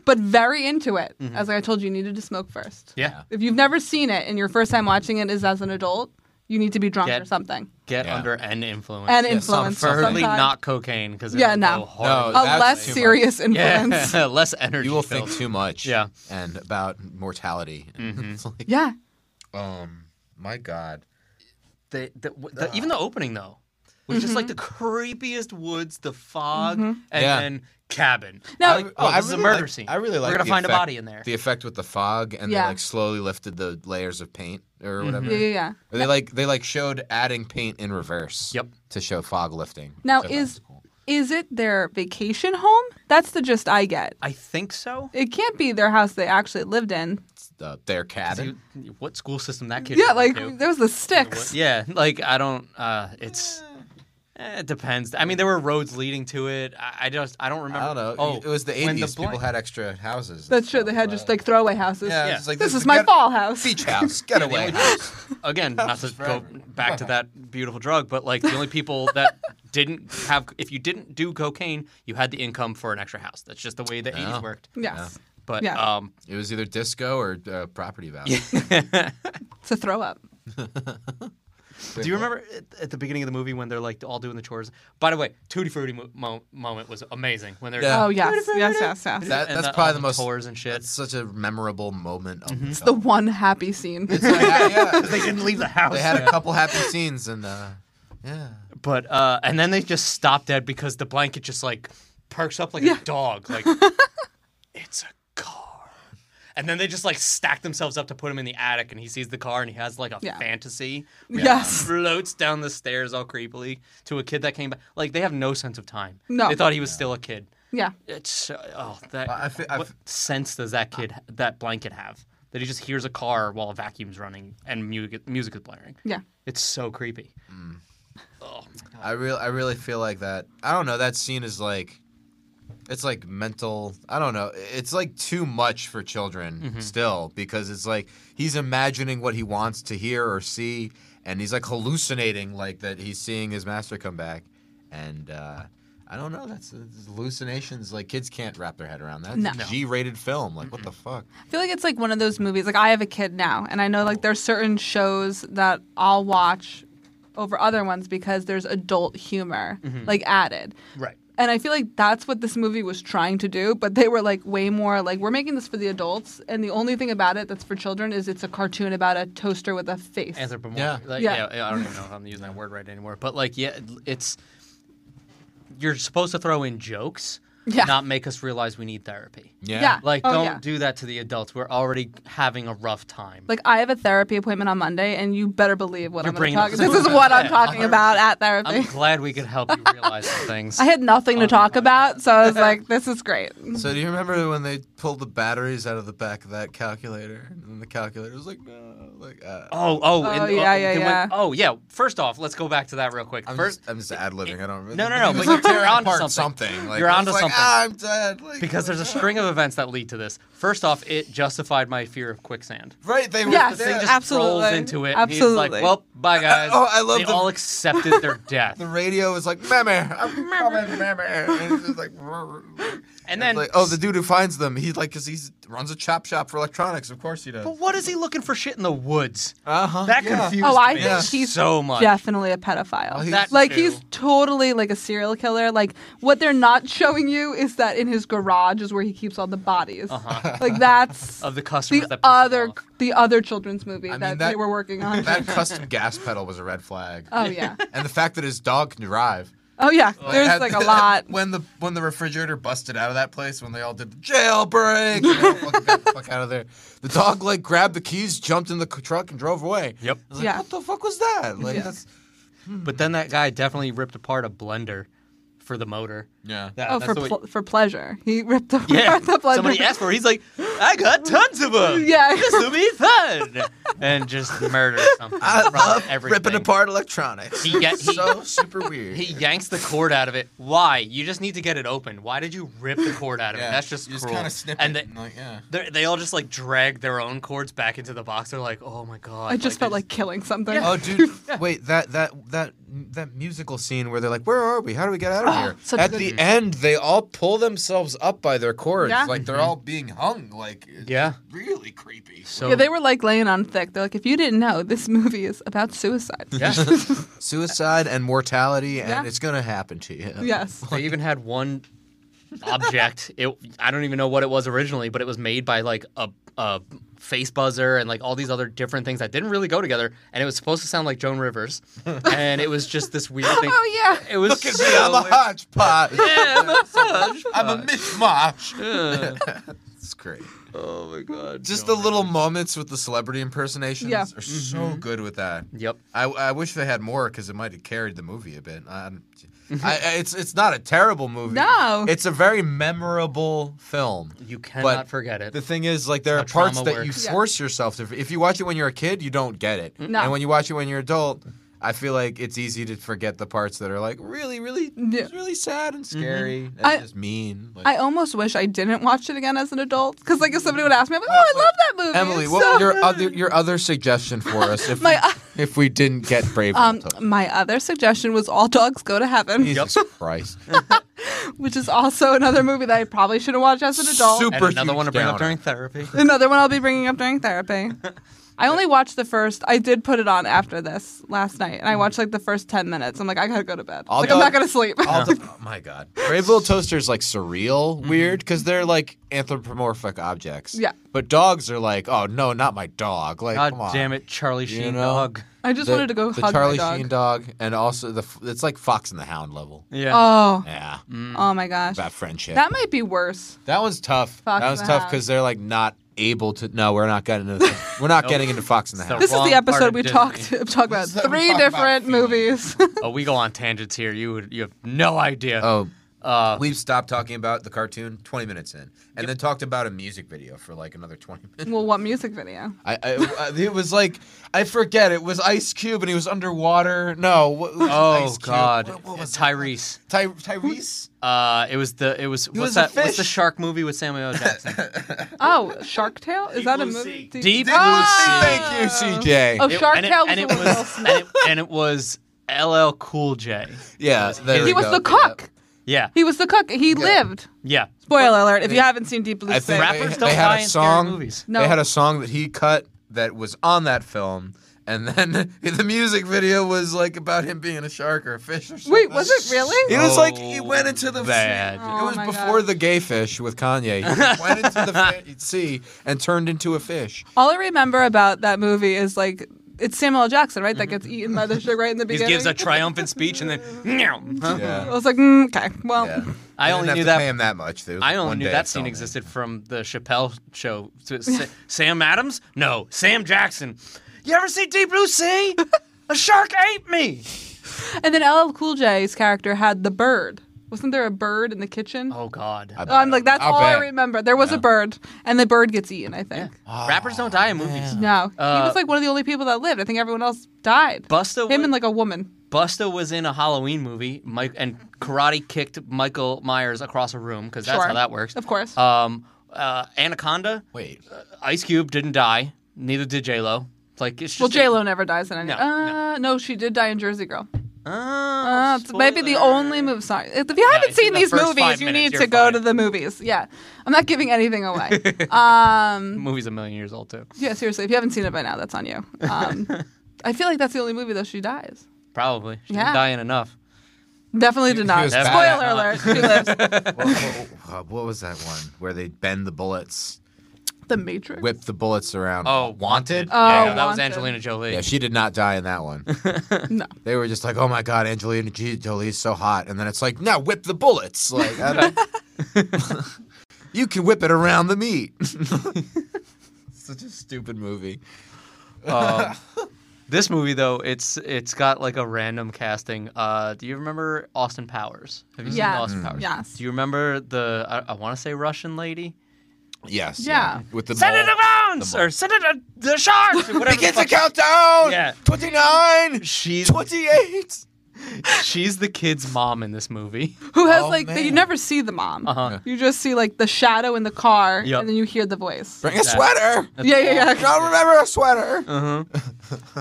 [SPEAKER 2] but very into it.
[SPEAKER 6] Mm-hmm.
[SPEAKER 2] As I told you, you needed to smoke first.
[SPEAKER 3] Yeah.
[SPEAKER 2] If you've never seen it and your first time watching it is as an adult, you need to be drunk
[SPEAKER 3] Get-
[SPEAKER 2] or something.
[SPEAKER 3] Get
[SPEAKER 6] Yeah.
[SPEAKER 3] under an influence.
[SPEAKER 2] And
[SPEAKER 6] some-
[SPEAKER 2] influence.
[SPEAKER 3] Preferably
[SPEAKER 2] sometimes.
[SPEAKER 3] not cocaine because
[SPEAKER 2] Yeah, no.
[SPEAKER 6] No,
[SPEAKER 2] A
[SPEAKER 6] That's
[SPEAKER 2] less
[SPEAKER 6] too much.
[SPEAKER 2] serious influence.
[SPEAKER 3] yeah, less energy.
[SPEAKER 6] you will
[SPEAKER 3] filled.
[SPEAKER 6] think too much.
[SPEAKER 3] Yeah. Mm-hmm.
[SPEAKER 6] And about mortality. It's like,
[SPEAKER 2] Yeah.
[SPEAKER 6] um, my God.
[SPEAKER 3] The- the- the- even the opening though. was just
[SPEAKER 2] Mm-hmm.
[SPEAKER 3] like the creepiest woods, the fog, and
[SPEAKER 6] Yeah.
[SPEAKER 3] then cabin.
[SPEAKER 2] No,
[SPEAKER 3] I, like, oh,
[SPEAKER 6] I
[SPEAKER 3] this is a
[SPEAKER 6] really
[SPEAKER 3] murder
[SPEAKER 6] like-
[SPEAKER 3] scene.
[SPEAKER 6] I really like
[SPEAKER 3] We're gonna
[SPEAKER 6] the
[SPEAKER 3] find a
[SPEAKER 6] effect-
[SPEAKER 3] body in there.
[SPEAKER 6] The effect with the fog, and
[SPEAKER 2] Yeah.
[SPEAKER 6] they like slowly lifted the layers of paint or
[SPEAKER 3] Mm-hmm.
[SPEAKER 6] whatever.
[SPEAKER 2] Yeah, yeah, yeah.
[SPEAKER 6] Or They like they like showed adding paint in reverse.
[SPEAKER 3] Yep.
[SPEAKER 6] To show fog lifting.
[SPEAKER 2] Now,
[SPEAKER 6] So that was
[SPEAKER 2] is-
[SPEAKER 6] cool.
[SPEAKER 2] Is it their vacation home? That's the gist I get.
[SPEAKER 3] I think so.
[SPEAKER 2] It can't be their house they actually lived in.
[SPEAKER 6] the, their cabin?
[SPEAKER 3] See, what school system that kid?
[SPEAKER 2] Yeah,
[SPEAKER 3] went
[SPEAKER 2] like
[SPEAKER 3] to.
[SPEAKER 2] there was the sticks.
[SPEAKER 3] Yeah, like I don't. Uh, it's eh, it depends. I mean, there were roads leading to it. I, I just I don't remember.
[SPEAKER 6] I don't know.
[SPEAKER 3] Oh,
[SPEAKER 6] it was the
[SPEAKER 3] when
[SPEAKER 6] eighties. People
[SPEAKER 3] blank-
[SPEAKER 6] had extra houses. and
[SPEAKER 2] That's true.
[SPEAKER 6] stuff,
[SPEAKER 2] They had
[SPEAKER 6] but-
[SPEAKER 2] just like throwaway houses.
[SPEAKER 6] Yeah,
[SPEAKER 3] Yeah.
[SPEAKER 6] it's like,
[SPEAKER 2] This
[SPEAKER 6] the
[SPEAKER 2] is my
[SPEAKER 6] get-
[SPEAKER 2] fall house.
[SPEAKER 6] Beach house, getaway house.
[SPEAKER 3] again, not to go back to that beautiful drug, but like the only people that didn't have, if you didn't do cocaine, you had the income for an extra house. That's just the way the
[SPEAKER 6] Yeah.
[SPEAKER 3] '80s worked.
[SPEAKER 2] Yes.
[SPEAKER 3] But
[SPEAKER 2] Yeah.
[SPEAKER 3] um,
[SPEAKER 6] It was either disco or uh, property value.
[SPEAKER 2] It's a throw up.
[SPEAKER 3] do you remember at- at the beginning of the movie when they're like all doing the chores? By the way, Tutti Frutti mo- mo- moment was amazing when they're
[SPEAKER 6] Yeah.
[SPEAKER 2] Oh yes, yes, yes, yes.
[SPEAKER 6] That,
[SPEAKER 3] and
[SPEAKER 6] that's
[SPEAKER 3] the- all
[SPEAKER 6] probably the
[SPEAKER 3] the
[SPEAKER 6] most
[SPEAKER 3] tours and shit.
[SPEAKER 6] That's such a memorable moment of the,
[SPEAKER 2] the
[SPEAKER 6] film.
[SPEAKER 2] one happy scene.
[SPEAKER 6] yeah, yeah.
[SPEAKER 3] they didn't leave the house.
[SPEAKER 6] They had a couple happy scenes and uh, yeah.
[SPEAKER 3] But uh, and then they just stop dead because the blanket just like perks up like
[SPEAKER 2] Yeah.
[SPEAKER 3] a dog. Like it's a car. And then they just like stack themselves up to put him in the attic, and he sees the car, and he has like a
[SPEAKER 2] Yeah.
[SPEAKER 3] fantasy.
[SPEAKER 2] Yes.
[SPEAKER 3] floats down the stairs all creepily to a kid that came back. Like they have no sense of time.
[SPEAKER 2] No.
[SPEAKER 3] they thought he was still a kid.
[SPEAKER 2] Yeah.
[SPEAKER 3] It's uh, oh that.
[SPEAKER 6] I- I fe- I
[SPEAKER 3] what
[SPEAKER 6] fe-
[SPEAKER 3] sense does that kid that blanket have? That he just hears a car while a vacuum's running and music music is blaring.
[SPEAKER 2] Yeah.
[SPEAKER 3] It's so creepy.
[SPEAKER 6] I really I really feel like that. I don't know. That scene is like it's like mental. I don't know. It's like too much for children
[SPEAKER 2] Mm-hmm.
[SPEAKER 6] still because it's like he's imagining what he wants to hear or see and he's like hallucinating like that he's seeing his master come back and uh I don't know. That's it's hallucinations. Like kids can't wrap their head around that.
[SPEAKER 2] No.
[SPEAKER 6] It's a G-rated film. Like what the fuck?
[SPEAKER 2] I feel like it's like one of those movies. Like I have a kid now, and I know like there's certain shows that I'll watch over other ones because there's adult humor like added.
[SPEAKER 3] Right.
[SPEAKER 2] And I feel like that's what this movie was trying to do, but they were like way more like we're making this for the adults, and the only thing about it that's for children is it's a cartoon about a toaster with a face.
[SPEAKER 3] anthropomorphic.
[SPEAKER 6] Yeah.
[SPEAKER 3] Like,
[SPEAKER 2] Yeah.
[SPEAKER 3] yeah. I don't even know if I'm using that word right anymore. But like, yeah, it's you're supposed to throw in jokes,
[SPEAKER 2] Yeah.
[SPEAKER 3] not make us realize we need therapy.
[SPEAKER 2] Yeah.
[SPEAKER 3] Like,
[SPEAKER 2] Oh,
[SPEAKER 3] don't
[SPEAKER 2] yeah.
[SPEAKER 3] do that to the adults. We're already having a rough time.
[SPEAKER 2] Like I have a therapy appointment on Monday, and you better believe what
[SPEAKER 3] You're
[SPEAKER 2] I'm gonna
[SPEAKER 3] bringing up
[SPEAKER 2] talk.
[SPEAKER 3] this
[SPEAKER 2] This is what I'm
[SPEAKER 3] Yeah,
[SPEAKER 2] talking about at therapy.
[SPEAKER 3] I'm glad we could help you realize some things.
[SPEAKER 2] I had nothing to talk about, so I was like, "This is great."
[SPEAKER 6] So do you remember when they pulled the batteries out of the back of that calculator, and the calculator was like, no, like. Uh,
[SPEAKER 3] Oh, oh, and,
[SPEAKER 2] Oh, yeah,
[SPEAKER 3] oh,
[SPEAKER 2] yeah,
[SPEAKER 3] they went-
[SPEAKER 2] yeah.
[SPEAKER 3] oh, yeah. First off, let's go back to that real quick.
[SPEAKER 6] I'm
[SPEAKER 3] First,
[SPEAKER 6] just, uh, I'm just ad libbing. I don't. Really
[SPEAKER 3] No, no, no,
[SPEAKER 6] It was
[SPEAKER 3] but
[SPEAKER 6] like tearing
[SPEAKER 3] you're onto
[SPEAKER 6] apart
[SPEAKER 3] something.
[SPEAKER 6] Like,
[SPEAKER 3] You're
[SPEAKER 6] I was
[SPEAKER 3] onto
[SPEAKER 6] like,
[SPEAKER 3] something.
[SPEAKER 6] Ah, I'm dead. Like,
[SPEAKER 3] because there's a string of events that lead to this. First off, it justified my fear of quicksand.
[SPEAKER 6] right. They were.
[SPEAKER 2] Yes,
[SPEAKER 3] The thing
[SPEAKER 6] yeah.
[SPEAKER 3] just rolls
[SPEAKER 2] Absolutely.
[SPEAKER 3] into it. And
[SPEAKER 2] Absolutely.
[SPEAKER 3] he's like, well, bye guys.
[SPEAKER 6] Oh, I love
[SPEAKER 3] They
[SPEAKER 6] the-
[SPEAKER 3] all accepted their death.
[SPEAKER 6] the radio was like, meme, I'm coming, meme. And it's just like,
[SPEAKER 3] And then,
[SPEAKER 6] like, oh, the dude who finds them, he like, cause he runs a chop shop for electronics. Of course he does.
[SPEAKER 3] But what is he looking for shit in the woods?
[SPEAKER 6] Uh huh.
[SPEAKER 3] That
[SPEAKER 6] yeah.
[SPEAKER 3] confused
[SPEAKER 2] Oh, I
[SPEAKER 3] me
[SPEAKER 2] think
[SPEAKER 6] Yeah.
[SPEAKER 2] he's
[SPEAKER 3] so much. Oh,
[SPEAKER 2] definitely a pedophile.
[SPEAKER 6] he's-
[SPEAKER 3] That
[SPEAKER 2] like
[SPEAKER 3] too.
[SPEAKER 2] he's totally like a serial killer. Like what they're not showing you is that in his garage is where he keeps all the bodies. Like that's
[SPEAKER 3] Uh-huh. of the
[SPEAKER 2] the
[SPEAKER 3] customers that pissed him
[SPEAKER 2] other
[SPEAKER 3] off.
[SPEAKER 2] the other children's movie
[SPEAKER 6] mean,
[SPEAKER 2] that,
[SPEAKER 6] that-
[SPEAKER 2] they were working on.
[SPEAKER 6] That custom gas pedal was a red flag.
[SPEAKER 2] oh yeah.
[SPEAKER 6] and the fact that his dog can drive.
[SPEAKER 2] Oh yeah. There's
[SPEAKER 6] At-
[SPEAKER 2] like a lot.
[SPEAKER 6] When the when the refrigerator busted out of that place, when they all did the jailbreak, you know, fucking got the fuck out of there. The dog like grabbed the keys, jumped in the c- truck, and drove away.
[SPEAKER 3] Yep.
[SPEAKER 6] I was like,
[SPEAKER 2] Yeah.
[SPEAKER 6] What the fuck was that? Like
[SPEAKER 2] Yeah.
[SPEAKER 6] that's
[SPEAKER 3] But then that guy definitely ripped apart a blender for the motor.
[SPEAKER 6] yeah.
[SPEAKER 3] That-
[SPEAKER 2] Oh,
[SPEAKER 3] that's
[SPEAKER 2] for
[SPEAKER 3] the way-
[SPEAKER 2] pl- for pleasure. He ripped apart
[SPEAKER 3] yeah.
[SPEAKER 2] the blood.
[SPEAKER 3] Somebody asked for. it. He's like, I got tons of them.
[SPEAKER 2] Yeah.
[SPEAKER 3] This will be fun. and just murder something.
[SPEAKER 6] I
[SPEAKER 3] from
[SPEAKER 6] love
[SPEAKER 3] everything.
[SPEAKER 6] ripping apart electronics.
[SPEAKER 3] He get- he-
[SPEAKER 6] so super weird.
[SPEAKER 3] He yanks the cord out of it. Why? You just need to get it open. Why did you rip the cord out of it? That's just
[SPEAKER 6] you
[SPEAKER 3] cruel.
[SPEAKER 6] kind of snip
[SPEAKER 3] and
[SPEAKER 6] it,
[SPEAKER 3] they-
[SPEAKER 6] like yeah.
[SPEAKER 3] they're- they all just like drag their own cords back into the box. They're like, oh my god.
[SPEAKER 2] I just
[SPEAKER 3] they
[SPEAKER 2] felt like killing something.
[SPEAKER 6] Oh, dude! Wait, that that that that musical scene where they're like, "Where are we? How do we get out of here?"
[SPEAKER 2] Oh, such a
[SPEAKER 6] At
[SPEAKER 2] good-
[SPEAKER 6] the end, they all pull themselves up by their cords,
[SPEAKER 2] Yeah.
[SPEAKER 6] like
[SPEAKER 3] Mm-hmm.
[SPEAKER 6] they're all being hung. Like, it's
[SPEAKER 3] Yeah.
[SPEAKER 6] really creepy.
[SPEAKER 3] So
[SPEAKER 2] Yeah, they were like laying on thick. They're like, if you didn't know, this movie is about suicide.
[SPEAKER 3] Yeah.
[SPEAKER 6] Suicide and mortality,
[SPEAKER 2] Yeah.
[SPEAKER 6] and it's gonna happen to you.
[SPEAKER 2] Yes.
[SPEAKER 3] They even had one object. It I don't even know what it was originally, but it was made by like a a Face Buzzer and like all these other different things that didn't really go together. And it was supposed to sound like Joan Rivers, and it was just this weird thing.
[SPEAKER 2] Oh, yeah.
[SPEAKER 3] it was.
[SPEAKER 6] Look at
[SPEAKER 3] so
[SPEAKER 6] me, I'm a
[SPEAKER 3] weird.
[SPEAKER 6] hodgepodge.
[SPEAKER 3] Yeah, I'm a hodge.
[SPEAKER 6] I'm a mishmash.
[SPEAKER 3] Yeah.
[SPEAKER 6] It's great.
[SPEAKER 3] Oh my god.
[SPEAKER 6] Just the little moments with the celebrity impersonations
[SPEAKER 2] Yeah.
[SPEAKER 6] are so good with that.
[SPEAKER 3] Yep.
[SPEAKER 6] I, I wish they had more because it might have carried the movie a bit. I, I, I- it's it's not a terrible movie.
[SPEAKER 2] Mm-hmm. No.
[SPEAKER 6] it's a very memorable film.
[SPEAKER 3] You cannot
[SPEAKER 6] But
[SPEAKER 3] forget it.
[SPEAKER 6] The thing is, like, there are
[SPEAKER 3] That's how
[SPEAKER 6] parts
[SPEAKER 3] trauma
[SPEAKER 6] that you
[SPEAKER 3] works.
[SPEAKER 2] Yeah.
[SPEAKER 6] force yourself to. If you watch it when you're a kid, you don't get it,
[SPEAKER 2] No.
[SPEAKER 6] and when you watch it when you're adult, I feel like it's easy to forget the parts that are like really, really,
[SPEAKER 2] Yeah.
[SPEAKER 6] it's really sad and
[SPEAKER 3] Mm-hmm.
[SPEAKER 6] scary and
[SPEAKER 2] I-
[SPEAKER 6] just mean. Like,
[SPEAKER 2] I almost wish I didn't watch it again as an adult because, like, if somebody would ask me, I'm like, "Oh, I love that movie."
[SPEAKER 6] Emily,
[SPEAKER 2] It's
[SPEAKER 6] what
[SPEAKER 2] so
[SPEAKER 6] was your
[SPEAKER 2] good."
[SPEAKER 6] other your other suggestion for us if
[SPEAKER 2] My-
[SPEAKER 6] we, if we didn't get brave?
[SPEAKER 2] Um,
[SPEAKER 6] Little Toad?
[SPEAKER 2] my other suggestion was All Dogs Go to Heaven,
[SPEAKER 6] Jesus Christ!
[SPEAKER 3] Uh-huh.
[SPEAKER 2] which is also another movie that I probably shouldn't watch as an adult.
[SPEAKER 6] Super
[SPEAKER 3] and another
[SPEAKER 6] huge
[SPEAKER 3] one to bring up
[SPEAKER 6] downer.
[SPEAKER 3] during therapy.
[SPEAKER 2] Another one I'll be bringing up during therapy. I only watched the first. I did put it on after this last night, and I watched like the first ten minutes. I'm like, I gotta go to bed.
[SPEAKER 6] All
[SPEAKER 2] like, I'm
[SPEAKER 6] done.
[SPEAKER 2] not gonna sleep.
[SPEAKER 6] All the- oh my god. Brave Little Toaster is like surreal,
[SPEAKER 3] Mm-hmm.
[SPEAKER 6] weird, because they're like anthropomorphic objects.
[SPEAKER 2] Yeah.
[SPEAKER 6] But dogs are like, oh no, not my dog. Like, come
[SPEAKER 3] God
[SPEAKER 6] on.
[SPEAKER 3] damn it, Charlie Sheen
[SPEAKER 6] know?
[SPEAKER 3] dog.
[SPEAKER 2] I just
[SPEAKER 6] The-
[SPEAKER 2] wanted to go
[SPEAKER 6] the
[SPEAKER 2] hug
[SPEAKER 6] Charlie
[SPEAKER 2] my dog.
[SPEAKER 6] Sheen dog, and also the f- it's like Fox and the Hound level.
[SPEAKER 3] Yeah.
[SPEAKER 2] Oh,
[SPEAKER 6] Yeah,
[SPEAKER 2] oh my gosh,
[SPEAKER 6] about friendship.
[SPEAKER 2] that might be worse.
[SPEAKER 6] That one's tough.
[SPEAKER 2] Fox
[SPEAKER 6] that one's
[SPEAKER 2] and the
[SPEAKER 6] tough
[SPEAKER 2] Hound.
[SPEAKER 6] because they're like not able to. No, we're not getting into. we're not getting into Fox and the Hound.
[SPEAKER 2] This is
[SPEAKER 3] Wrong
[SPEAKER 2] the
[SPEAKER 3] part
[SPEAKER 2] episode
[SPEAKER 3] of
[SPEAKER 2] we
[SPEAKER 3] Disney.
[SPEAKER 2] talked talked about
[SPEAKER 6] is that we
[SPEAKER 2] three
[SPEAKER 6] talk about
[SPEAKER 2] different
[SPEAKER 6] feelings.
[SPEAKER 2] movies.
[SPEAKER 3] oh, we go on tangents here. You would, you have no idea.
[SPEAKER 6] Oh,
[SPEAKER 3] Uh,
[SPEAKER 6] we've stopped talking about the cartoon 20 minutes in, and then talked about a music video for like another 20 minutes.
[SPEAKER 2] well, what music video?
[SPEAKER 6] I, I, I- it was like I forget. It was Ice Cube, and he was underwater. No, what, who was
[SPEAKER 3] oh
[SPEAKER 6] Ice Cube?
[SPEAKER 3] God,
[SPEAKER 6] What, what was
[SPEAKER 3] Tyrese.
[SPEAKER 6] Ty, Tyrese?
[SPEAKER 3] Uh, it was the it was what's
[SPEAKER 6] was a
[SPEAKER 3] that? What's the
[SPEAKER 6] fish.
[SPEAKER 3] shark movie with Samuel L. Jackson?
[SPEAKER 2] Oh, Shark Tale? Is that a movie? Deep,
[SPEAKER 3] Deep
[SPEAKER 2] Ah!
[SPEAKER 3] Blue Sea.
[SPEAKER 6] Thank you, CJ.
[SPEAKER 2] Oh, Shark
[SPEAKER 3] and it,
[SPEAKER 2] Tale was
[SPEAKER 3] and
[SPEAKER 2] the
[SPEAKER 3] it
[SPEAKER 2] one with Will
[SPEAKER 3] was and
[SPEAKER 2] Smith.
[SPEAKER 3] it, and it was LL Cool J.
[SPEAKER 6] yeah, there
[SPEAKER 2] He
[SPEAKER 6] we
[SPEAKER 2] was
[SPEAKER 6] go.
[SPEAKER 2] the cook.
[SPEAKER 3] Yeah,
[SPEAKER 2] He was the cook. He lived.
[SPEAKER 3] yeah.
[SPEAKER 2] Spoiler alert! If you haven't seen Deep Blue
[SPEAKER 6] I
[SPEAKER 2] Sea,
[SPEAKER 6] think
[SPEAKER 3] Rappers
[SPEAKER 6] they,
[SPEAKER 3] don't
[SPEAKER 6] they had
[SPEAKER 3] die
[SPEAKER 6] a
[SPEAKER 3] in scary
[SPEAKER 6] song.
[SPEAKER 3] movies.
[SPEAKER 2] No.
[SPEAKER 6] They had a song that he cut that was on that film, and then the music video was like about him being a shark or a fish or something.
[SPEAKER 2] wait, was it really?
[SPEAKER 6] It was like
[SPEAKER 3] Oh,
[SPEAKER 6] he went into the
[SPEAKER 3] bad.
[SPEAKER 6] sea.
[SPEAKER 2] Oh
[SPEAKER 6] it was
[SPEAKER 2] my
[SPEAKER 6] before
[SPEAKER 2] God.
[SPEAKER 6] the gay fish with Kanye. He went into the fi- sea and turned into a fish.
[SPEAKER 2] All I remember about that movie is like it's Samuel L. Jackson, right? That gets eaten by the shark right in the
[SPEAKER 3] Mm-hmm. He
[SPEAKER 2] beginning.
[SPEAKER 3] gives a triumphant speech and then. Huh?
[SPEAKER 2] I
[SPEAKER 6] Yeah.
[SPEAKER 2] was like, mm, okay, well,
[SPEAKER 6] Yeah.
[SPEAKER 3] I
[SPEAKER 6] They
[SPEAKER 3] only
[SPEAKER 6] didn't have
[SPEAKER 3] knew
[SPEAKER 6] to
[SPEAKER 3] that
[SPEAKER 6] Pay him that much. There was
[SPEAKER 3] I only
[SPEAKER 6] one
[SPEAKER 3] knew
[SPEAKER 6] day
[SPEAKER 3] that
[SPEAKER 6] of
[SPEAKER 3] scene
[SPEAKER 6] filming.
[SPEAKER 3] existed from the Chappelle show. So, Sa- Sam Adams? No, Sam Jackson. You ever see Deep Blue Sea? A shark ate me.
[SPEAKER 2] and then LL Cool J's character had the bird. Wasn't there a bird in the kitchen?
[SPEAKER 3] Oh God.
[SPEAKER 6] I-
[SPEAKER 2] I'm like, that's
[SPEAKER 6] I'll
[SPEAKER 2] all
[SPEAKER 6] bet.
[SPEAKER 2] I remember. There was a bird, and the bird gets eaten. I think.
[SPEAKER 6] Ah,
[SPEAKER 3] Rappers don't die in movies.
[SPEAKER 2] No,
[SPEAKER 3] Uh,
[SPEAKER 2] he was like one of the only people that lived. I think everyone else died.
[SPEAKER 3] Busta,
[SPEAKER 2] Him
[SPEAKER 3] was,
[SPEAKER 2] and like a woman.
[SPEAKER 3] Busta was in a Halloween movie, Mike, and karate kicked Michael Myers across a room because that's
[SPEAKER 2] Sure.
[SPEAKER 3] how that works.
[SPEAKER 2] Of course.
[SPEAKER 3] Um, uh, Anaconda,
[SPEAKER 6] Wait,
[SPEAKER 3] Ice Cube didn't die. Neither did J Lo. Like it's just
[SPEAKER 2] well, J Lo never dies in any.
[SPEAKER 3] No,
[SPEAKER 2] uh, no. she did die in Jersey Girl.
[SPEAKER 3] Oh,
[SPEAKER 2] Uh, it's maybe the only
[SPEAKER 3] spoiler.
[SPEAKER 2] movie. Sorry, if you haven't
[SPEAKER 3] it's
[SPEAKER 2] seen
[SPEAKER 3] in the
[SPEAKER 2] these
[SPEAKER 3] first
[SPEAKER 2] movies,
[SPEAKER 3] five
[SPEAKER 2] you
[SPEAKER 3] minutes,
[SPEAKER 2] need
[SPEAKER 3] you're
[SPEAKER 2] to go
[SPEAKER 3] fine.
[SPEAKER 2] to the movies. Yeah, I'm not giving anything away. um,
[SPEAKER 3] Movie's a million years old too.
[SPEAKER 2] yeah, seriously, if you haven't seen it by now, that's on you. Um, I feel like that's the only movie though she dies.
[SPEAKER 3] Probably. She
[SPEAKER 2] Yeah.
[SPEAKER 3] didn't die in enough.
[SPEAKER 2] Definitely did not.
[SPEAKER 6] was
[SPEAKER 2] Spoiler
[SPEAKER 6] bad
[SPEAKER 3] Uh,
[SPEAKER 6] at-
[SPEAKER 2] alert: she lives.
[SPEAKER 6] what, uh, what- what was that one where they bend the bullets,
[SPEAKER 2] The Matrix.
[SPEAKER 6] whip the bullets around?
[SPEAKER 3] Oh,
[SPEAKER 6] wanted.
[SPEAKER 2] Oh,
[SPEAKER 3] yeah, that was
[SPEAKER 2] Wanted.
[SPEAKER 3] Angelina Jolie.
[SPEAKER 6] Yeah, she did not die in that one.
[SPEAKER 2] No.
[SPEAKER 6] They were just like, "Oh my God, Angelina G- Jolie's so hot," and then it's like, "Now whip the bullets!" Like, I don't... you can whip it around the meat. Such a stupid movie.
[SPEAKER 3] Um, this movie though, it's it's got like a random casting. Uh, do you remember Austin Powers? Have you
[SPEAKER 2] Yeah.
[SPEAKER 3] seen Austin
[SPEAKER 2] Mm.
[SPEAKER 3] Powers?
[SPEAKER 2] Yes.
[SPEAKER 3] Do you remember the I, I want to say Russian lady?
[SPEAKER 6] Yes.
[SPEAKER 2] Yeah.
[SPEAKER 6] With the
[SPEAKER 3] Senator
[SPEAKER 6] ball.
[SPEAKER 3] Bounds or Senator the Sharks or whatever. the
[SPEAKER 6] Begins the
[SPEAKER 3] fuck-
[SPEAKER 6] countdown.
[SPEAKER 3] Yeah.
[SPEAKER 6] Twenty nine.
[SPEAKER 3] She's
[SPEAKER 6] Twenty eight.
[SPEAKER 3] she's the kid's mom in this movie.
[SPEAKER 2] Who has
[SPEAKER 6] Oh,
[SPEAKER 2] like the, you
[SPEAKER 6] man.
[SPEAKER 2] never see the mom.
[SPEAKER 3] Uh-huh.
[SPEAKER 2] You just see like the shadow in the car,
[SPEAKER 3] Yep.
[SPEAKER 2] and then you hear the voice.
[SPEAKER 6] Bring a sweater.
[SPEAKER 2] Yeah, yeah, yeah.
[SPEAKER 6] Don't remember a sweater.
[SPEAKER 2] Uh,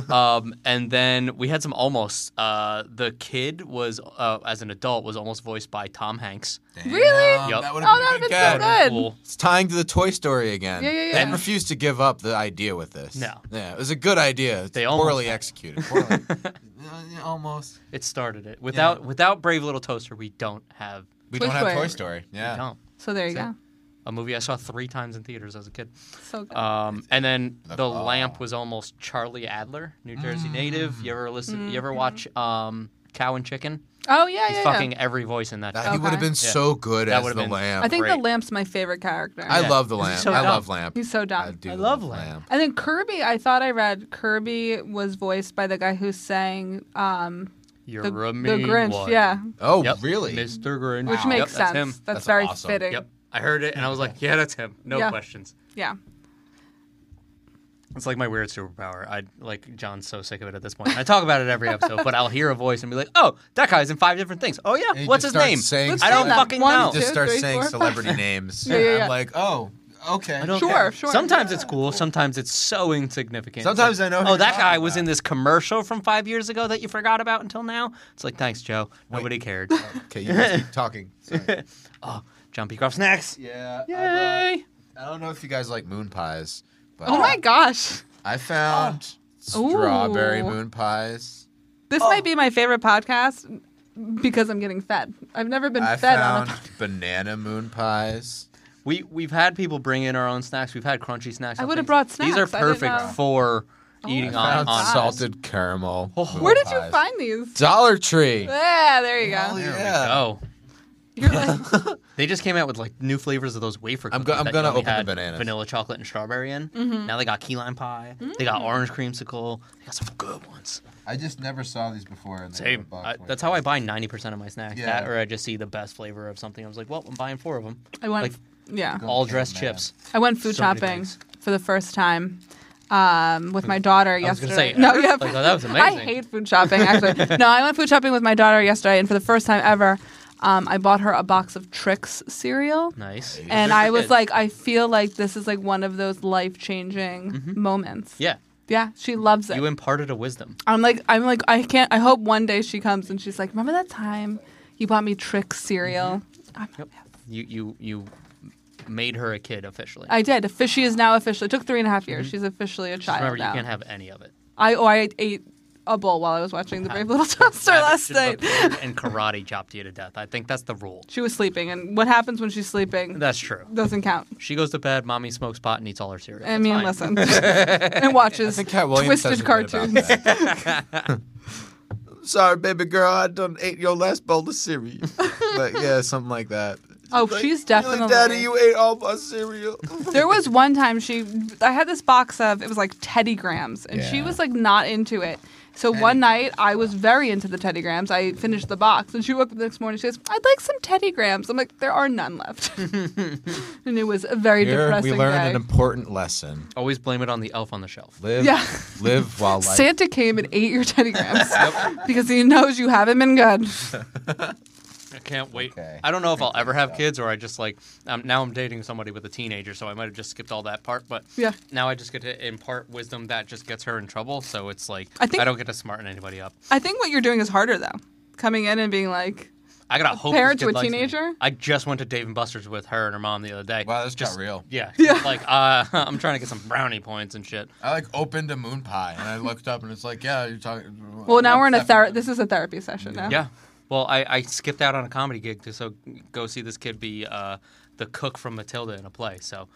[SPEAKER 3] Um, and then we had some almost. Uh, the kid was uh, as an adult was almost voiced by Tom Hanks.
[SPEAKER 2] Really?
[SPEAKER 3] Yup.
[SPEAKER 6] That would
[SPEAKER 2] Oh, that
[SPEAKER 6] have
[SPEAKER 2] would've
[SPEAKER 6] been,
[SPEAKER 2] been so good.
[SPEAKER 3] Cool.
[SPEAKER 6] It's tying to the Toy Story again.
[SPEAKER 2] Yeah, yeah,
[SPEAKER 6] Ben
[SPEAKER 2] yeah.
[SPEAKER 6] refused to give up the idea with this.
[SPEAKER 3] No.
[SPEAKER 6] Yeah, it was a good idea. It's
[SPEAKER 3] They almost
[SPEAKER 6] poorly
[SPEAKER 3] had it.
[SPEAKER 6] executed. Poorly. Uh, almost.
[SPEAKER 3] It started it. Without without Brave Little Toaster, we don't have.
[SPEAKER 6] We
[SPEAKER 2] Toy
[SPEAKER 6] don't have
[SPEAKER 2] Story.
[SPEAKER 6] Toy Story. Yeah.
[SPEAKER 3] We don't.
[SPEAKER 2] So there you go.
[SPEAKER 3] a movie I saw three times in theaters as a kid.
[SPEAKER 2] So good.
[SPEAKER 3] Um, and then the lamp was almost Charlie Adler, New
[SPEAKER 6] Mm.
[SPEAKER 3] Jersey native. You ever listen? You ever watch um, Cow and Chicken?
[SPEAKER 2] oh Mm-hmm. yeah,
[SPEAKER 3] He's
[SPEAKER 2] yeah.
[SPEAKER 3] fucking
[SPEAKER 2] yeah.
[SPEAKER 3] every voice in that.
[SPEAKER 6] That,
[SPEAKER 3] show.
[SPEAKER 6] He would have
[SPEAKER 2] Okay.
[SPEAKER 6] been so good
[SPEAKER 3] That
[SPEAKER 6] as
[SPEAKER 3] would've
[SPEAKER 6] the
[SPEAKER 3] been-
[SPEAKER 6] lamp.
[SPEAKER 2] I think the
[SPEAKER 3] great.
[SPEAKER 2] lamp's my favorite character.
[SPEAKER 6] I
[SPEAKER 3] Yeah.
[SPEAKER 6] love the
[SPEAKER 3] He's
[SPEAKER 6] lamp.
[SPEAKER 3] so
[SPEAKER 6] I
[SPEAKER 3] dumb.
[SPEAKER 6] love lamp.
[SPEAKER 2] He's so dumb.
[SPEAKER 6] do
[SPEAKER 3] I love lamp.
[SPEAKER 6] lamp.
[SPEAKER 2] And then Kirby, I thought I read Kirby was voiced by the guy who sang um,
[SPEAKER 3] You're
[SPEAKER 2] the, the
[SPEAKER 3] a mean
[SPEAKER 2] Grinch.
[SPEAKER 3] one.
[SPEAKER 2] Yeah,
[SPEAKER 6] Oh,
[SPEAKER 3] Yep.
[SPEAKER 6] really?
[SPEAKER 3] Mr. Grinch.
[SPEAKER 2] which
[SPEAKER 3] Yep,
[SPEAKER 2] makes sense.
[SPEAKER 3] That's him.
[SPEAKER 6] That's
[SPEAKER 2] very
[SPEAKER 6] awesome.
[SPEAKER 2] fitting.
[SPEAKER 3] Yep. I heard it and I was like, yeah, that's him. No
[SPEAKER 2] Yeah.
[SPEAKER 3] questions.
[SPEAKER 2] Yeah.
[SPEAKER 3] It's like my weird superpower. I like John's so sick of it at this point. And I talk about it every episode, but I'll hear a voice and be like, "Oh, that guy's in five different things. Oh yeah,
[SPEAKER 6] he
[SPEAKER 3] what's
[SPEAKER 6] just
[SPEAKER 3] his
[SPEAKER 6] starts
[SPEAKER 3] name?
[SPEAKER 6] saying
[SPEAKER 3] I don't
[SPEAKER 6] stuff.
[SPEAKER 3] fucking
[SPEAKER 2] One,
[SPEAKER 3] know."
[SPEAKER 2] two,
[SPEAKER 6] Just start
[SPEAKER 2] three,
[SPEAKER 6] saying
[SPEAKER 2] four, five.
[SPEAKER 6] celebrity names.
[SPEAKER 2] Yeah, yeah, yeah.
[SPEAKER 6] I'm like, oh, okay.
[SPEAKER 3] I don't
[SPEAKER 2] Sure,
[SPEAKER 3] care.
[SPEAKER 2] sure.
[SPEAKER 3] Sometimes it's cool. Sometimes it's so insignificant. It's
[SPEAKER 6] Sometimes
[SPEAKER 3] like,
[SPEAKER 6] I know who
[SPEAKER 3] Oh,
[SPEAKER 6] you're
[SPEAKER 3] that
[SPEAKER 6] talking
[SPEAKER 3] guy was
[SPEAKER 6] about."
[SPEAKER 3] in this commercial from five years ago that you forgot about until now. It's like, thanks, Joe. Nobody cared.
[SPEAKER 6] Okay, you guys keep talking. Sorry.
[SPEAKER 3] oh, John P. Croft snacks.
[SPEAKER 6] yeah. I brought-
[SPEAKER 3] Yay!
[SPEAKER 6] I don't know if you guys like moon pies, but
[SPEAKER 2] Oh my gosh,
[SPEAKER 6] I found
[SPEAKER 2] Oh.
[SPEAKER 6] strawberry
[SPEAKER 2] Ooh.
[SPEAKER 6] moon pies.
[SPEAKER 2] this might
[SPEAKER 3] Oh.
[SPEAKER 2] be my favorite podcast because I'm getting fed. I've never been
[SPEAKER 6] I
[SPEAKER 2] fed
[SPEAKER 6] found
[SPEAKER 2] on a.
[SPEAKER 6] banana moon pies.
[SPEAKER 3] We we've had people bring in our own snacks. We've had crunchy snacks.
[SPEAKER 2] I
[SPEAKER 3] on
[SPEAKER 2] would've
[SPEAKER 3] things.
[SPEAKER 2] brought
[SPEAKER 3] These are
[SPEAKER 2] snacks. I didn't
[SPEAKER 3] perfect
[SPEAKER 2] know.
[SPEAKER 3] for eating
[SPEAKER 2] I
[SPEAKER 3] on,
[SPEAKER 6] Oh, Found
[SPEAKER 3] on Oh.
[SPEAKER 6] salted caramel. moon
[SPEAKER 2] Where did you
[SPEAKER 6] pies.
[SPEAKER 2] find these?
[SPEAKER 6] Dollar Tree?
[SPEAKER 2] Yeah, there you
[SPEAKER 6] Oh,
[SPEAKER 2] go.
[SPEAKER 3] There
[SPEAKER 6] yeah.
[SPEAKER 3] we go.
[SPEAKER 2] You're like,
[SPEAKER 3] They just came out with like new flavors of those wafer.
[SPEAKER 6] I'm go-
[SPEAKER 3] cookies
[SPEAKER 6] I'm
[SPEAKER 3] that
[SPEAKER 6] gonna
[SPEAKER 3] only
[SPEAKER 6] open the
[SPEAKER 3] had
[SPEAKER 6] bananas.
[SPEAKER 3] Vanilla chocolate and strawberry in.
[SPEAKER 2] Mm-hmm.
[SPEAKER 3] Now they got key lime pie. They
[SPEAKER 2] Mm.
[SPEAKER 3] got orange creamsicle. They got some good ones.
[SPEAKER 6] I just never saw these before. And they were
[SPEAKER 3] Same.
[SPEAKER 6] a buck
[SPEAKER 3] I,
[SPEAKER 6] 20.
[SPEAKER 3] that's how I buy ninety percent of my snacks.
[SPEAKER 6] Yeah.
[SPEAKER 3] That or I just see the best flavor of something. I was like, well, I'm buying four of them.
[SPEAKER 2] I went.
[SPEAKER 3] Like-
[SPEAKER 2] yeah.
[SPEAKER 3] All dressed
[SPEAKER 6] Oh, man.
[SPEAKER 3] chips.
[SPEAKER 2] I went food
[SPEAKER 3] So many
[SPEAKER 2] shopping
[SPEAKER 3] things.
[SPEAKER 2] for the first time um, with my daughter
[SPEAKER 3] I was gonna
[SPEAKER 2] yesterday.
[SPEAKER 3] say,
[SPEAKER 2] no,
[SPEAKER 3] ever?
[SPEAKER 2] yeah,
[SPEAKER 3] Like, oh, that was
[SPEAKER 2] I
[SPEAKER 3] amazing.
[SPEAKER 2] hate food shopping. Actually, no, I went food shopping with my daughter yesterday, and for the first time ever, um, I bought her a box of Trix cereal.
[SPEAKER 3] Nice.
[SPEAKER 2] And
[SPEAKER 3] They're
[SPEAKER 2] I was
[SPEAKER 3] good.
[SPEAKER 2] like, I feel like this is like one of those life changing moments.
[SPEAKER 3] Mm-hmm. yeah.
[SPEAKER 2] Yeah, she loves it.
[SPEAKER 3] You imparted a wisdom.
[SPEAKER 2] I'm like, I'm like, I can't. I hope one day she comes and she's like, remember that time you bought me Trix cereal?
[SPEAKER 3] Mm-hmm.
[SPEAKER 2] I'm like, "Yes."
[SPEAKER 3] You you you made her a kid officially.
[SPEAKER 2] I did. Offic- She is now officially. It took three and a half years. She's officially a
[SPEAKER 3] Mm-hmm. Just
[SPEAKER 2] child
[SPEAKER 3] remember,
[SPEAKER 2] now.
[SPEAKER 3] you can't have any of it.
[SPEAKER 2] I oh I ate a bowl while I was watching The Brave Little Toaster
[SPEAKER 3] Rabbit
[SPEAKER 2] last
[SPEAKER 3] should have
[SPEAKER 2] night.
[SPEAKER 3] appeared and karate chopped you to death. I think that's the rule.
[SPEAKER 2] She was sleeping, and what happens when she's sleeping
[SPEAKER 3] That's true.
[SPEAKER 2] doesn't count.
[SPEAKER 3] She goes to bed. Mommy smokes pot and eats all her cereal.
[SPEAKER 2] I
[SPEAKER 3] That's
[SPEAKER 2] mean,
[SPEAKER 3] fine.
[SPEAKER 2] listen, and watches
[SPEAKER 6] think Cat Williams
[SPEAKER 2] twisted
[SPEAKER 6] says a bit
[SPEAKER 2] cartoons.
[SPEAKER 6] about that. Sorry, baby girl, I done ate your last bowl of cereal. but yeah, something like that.
[SPEAKER 2] Oh,
[SPEAKER 6] Like,
[SPEAKER 2] she's
[SPEAKER 6] "Really,
[SPEAKER 2] definitely.
[SPEAKER 6] Daddy, you ate all my cereal.
[SPEAKER 2] There was one time she, I had this box of it was like Teddy Grahams, and she
[SPEAKER 6] Yeah.
[SPEAKER 2] was like not into it. So one night I was very into the Teddy Grahams. I finished the box, and she woke up the next morning. She goes, "I'd like some Teddy Grahams." I'm like, "There are none left," and it was a very
[SPEAKER 6] Here
[SPEAKER 2] depressing
[SPEAKER 6] we learned
[SPEAKER 2] day.
[SPEAKER 6] an important lesson.
[SPEAKER 3] Always blame it on the elf on the shelf.
[SPEAKER 6] Live,
[SPEAKER 2] Yeah.
[SPEAKER 6] live while life.
[SPEAKER 2] Santa came and ate your Teddy Grahams because he knows you haven't been good.
[SPEAKER 3] I can't wait.
[SPEAKER 6] Okay.
[SPEAKER 3] I don't know if I'll ever have kids or I just like um, now I'm dating somebody with a teenager, so I might have just skipped all that part. But
[SPEAKER 2] Yeah.
[SPEAKER 3] now I just get to impart wisdom that just gets her in trouble. So it's like
[SPEAKER 2] I
[SPEAKER 3] I,
[SPEAKER 2] think-
[SPEAKER 3] don't get to smarten anybody up.
[SPEAKER 2] I think what you're doing is harder though. Coming in and being like,
[SPEAKER 3] I gotta hope.
[SPEAKER 2] parent
[SPEAKER 3] this kid
[SPEAKER 2] to a
[SPEAKER 3] likes me.
[SPEAKER 2] teenager?
[SPEAKER 3] I just went to Dave and Buster's with her and her mom the other day.
[SPEAKER 6] Wow, that's got
[SPEAKER 3] just
[SPEAKER 6] real.
[SPEAKER 3] Yeah,
[SPEAKER 2] Yeah.
[SPEAKER 3] Like uh, I'm trying to get some brownie points and shit.
[SPEAKER 6] I like opened a moon pie and I looked up and it's like, yeah, you're talking.
[SPEAKER 2] "Well, now we're in a therapy. This is a therapy session now."
[SPEAKER 3] Yeah. Well, I, I skipped out on a comedy gig to so go see this kid be uh, the cook from Matilda in a play. So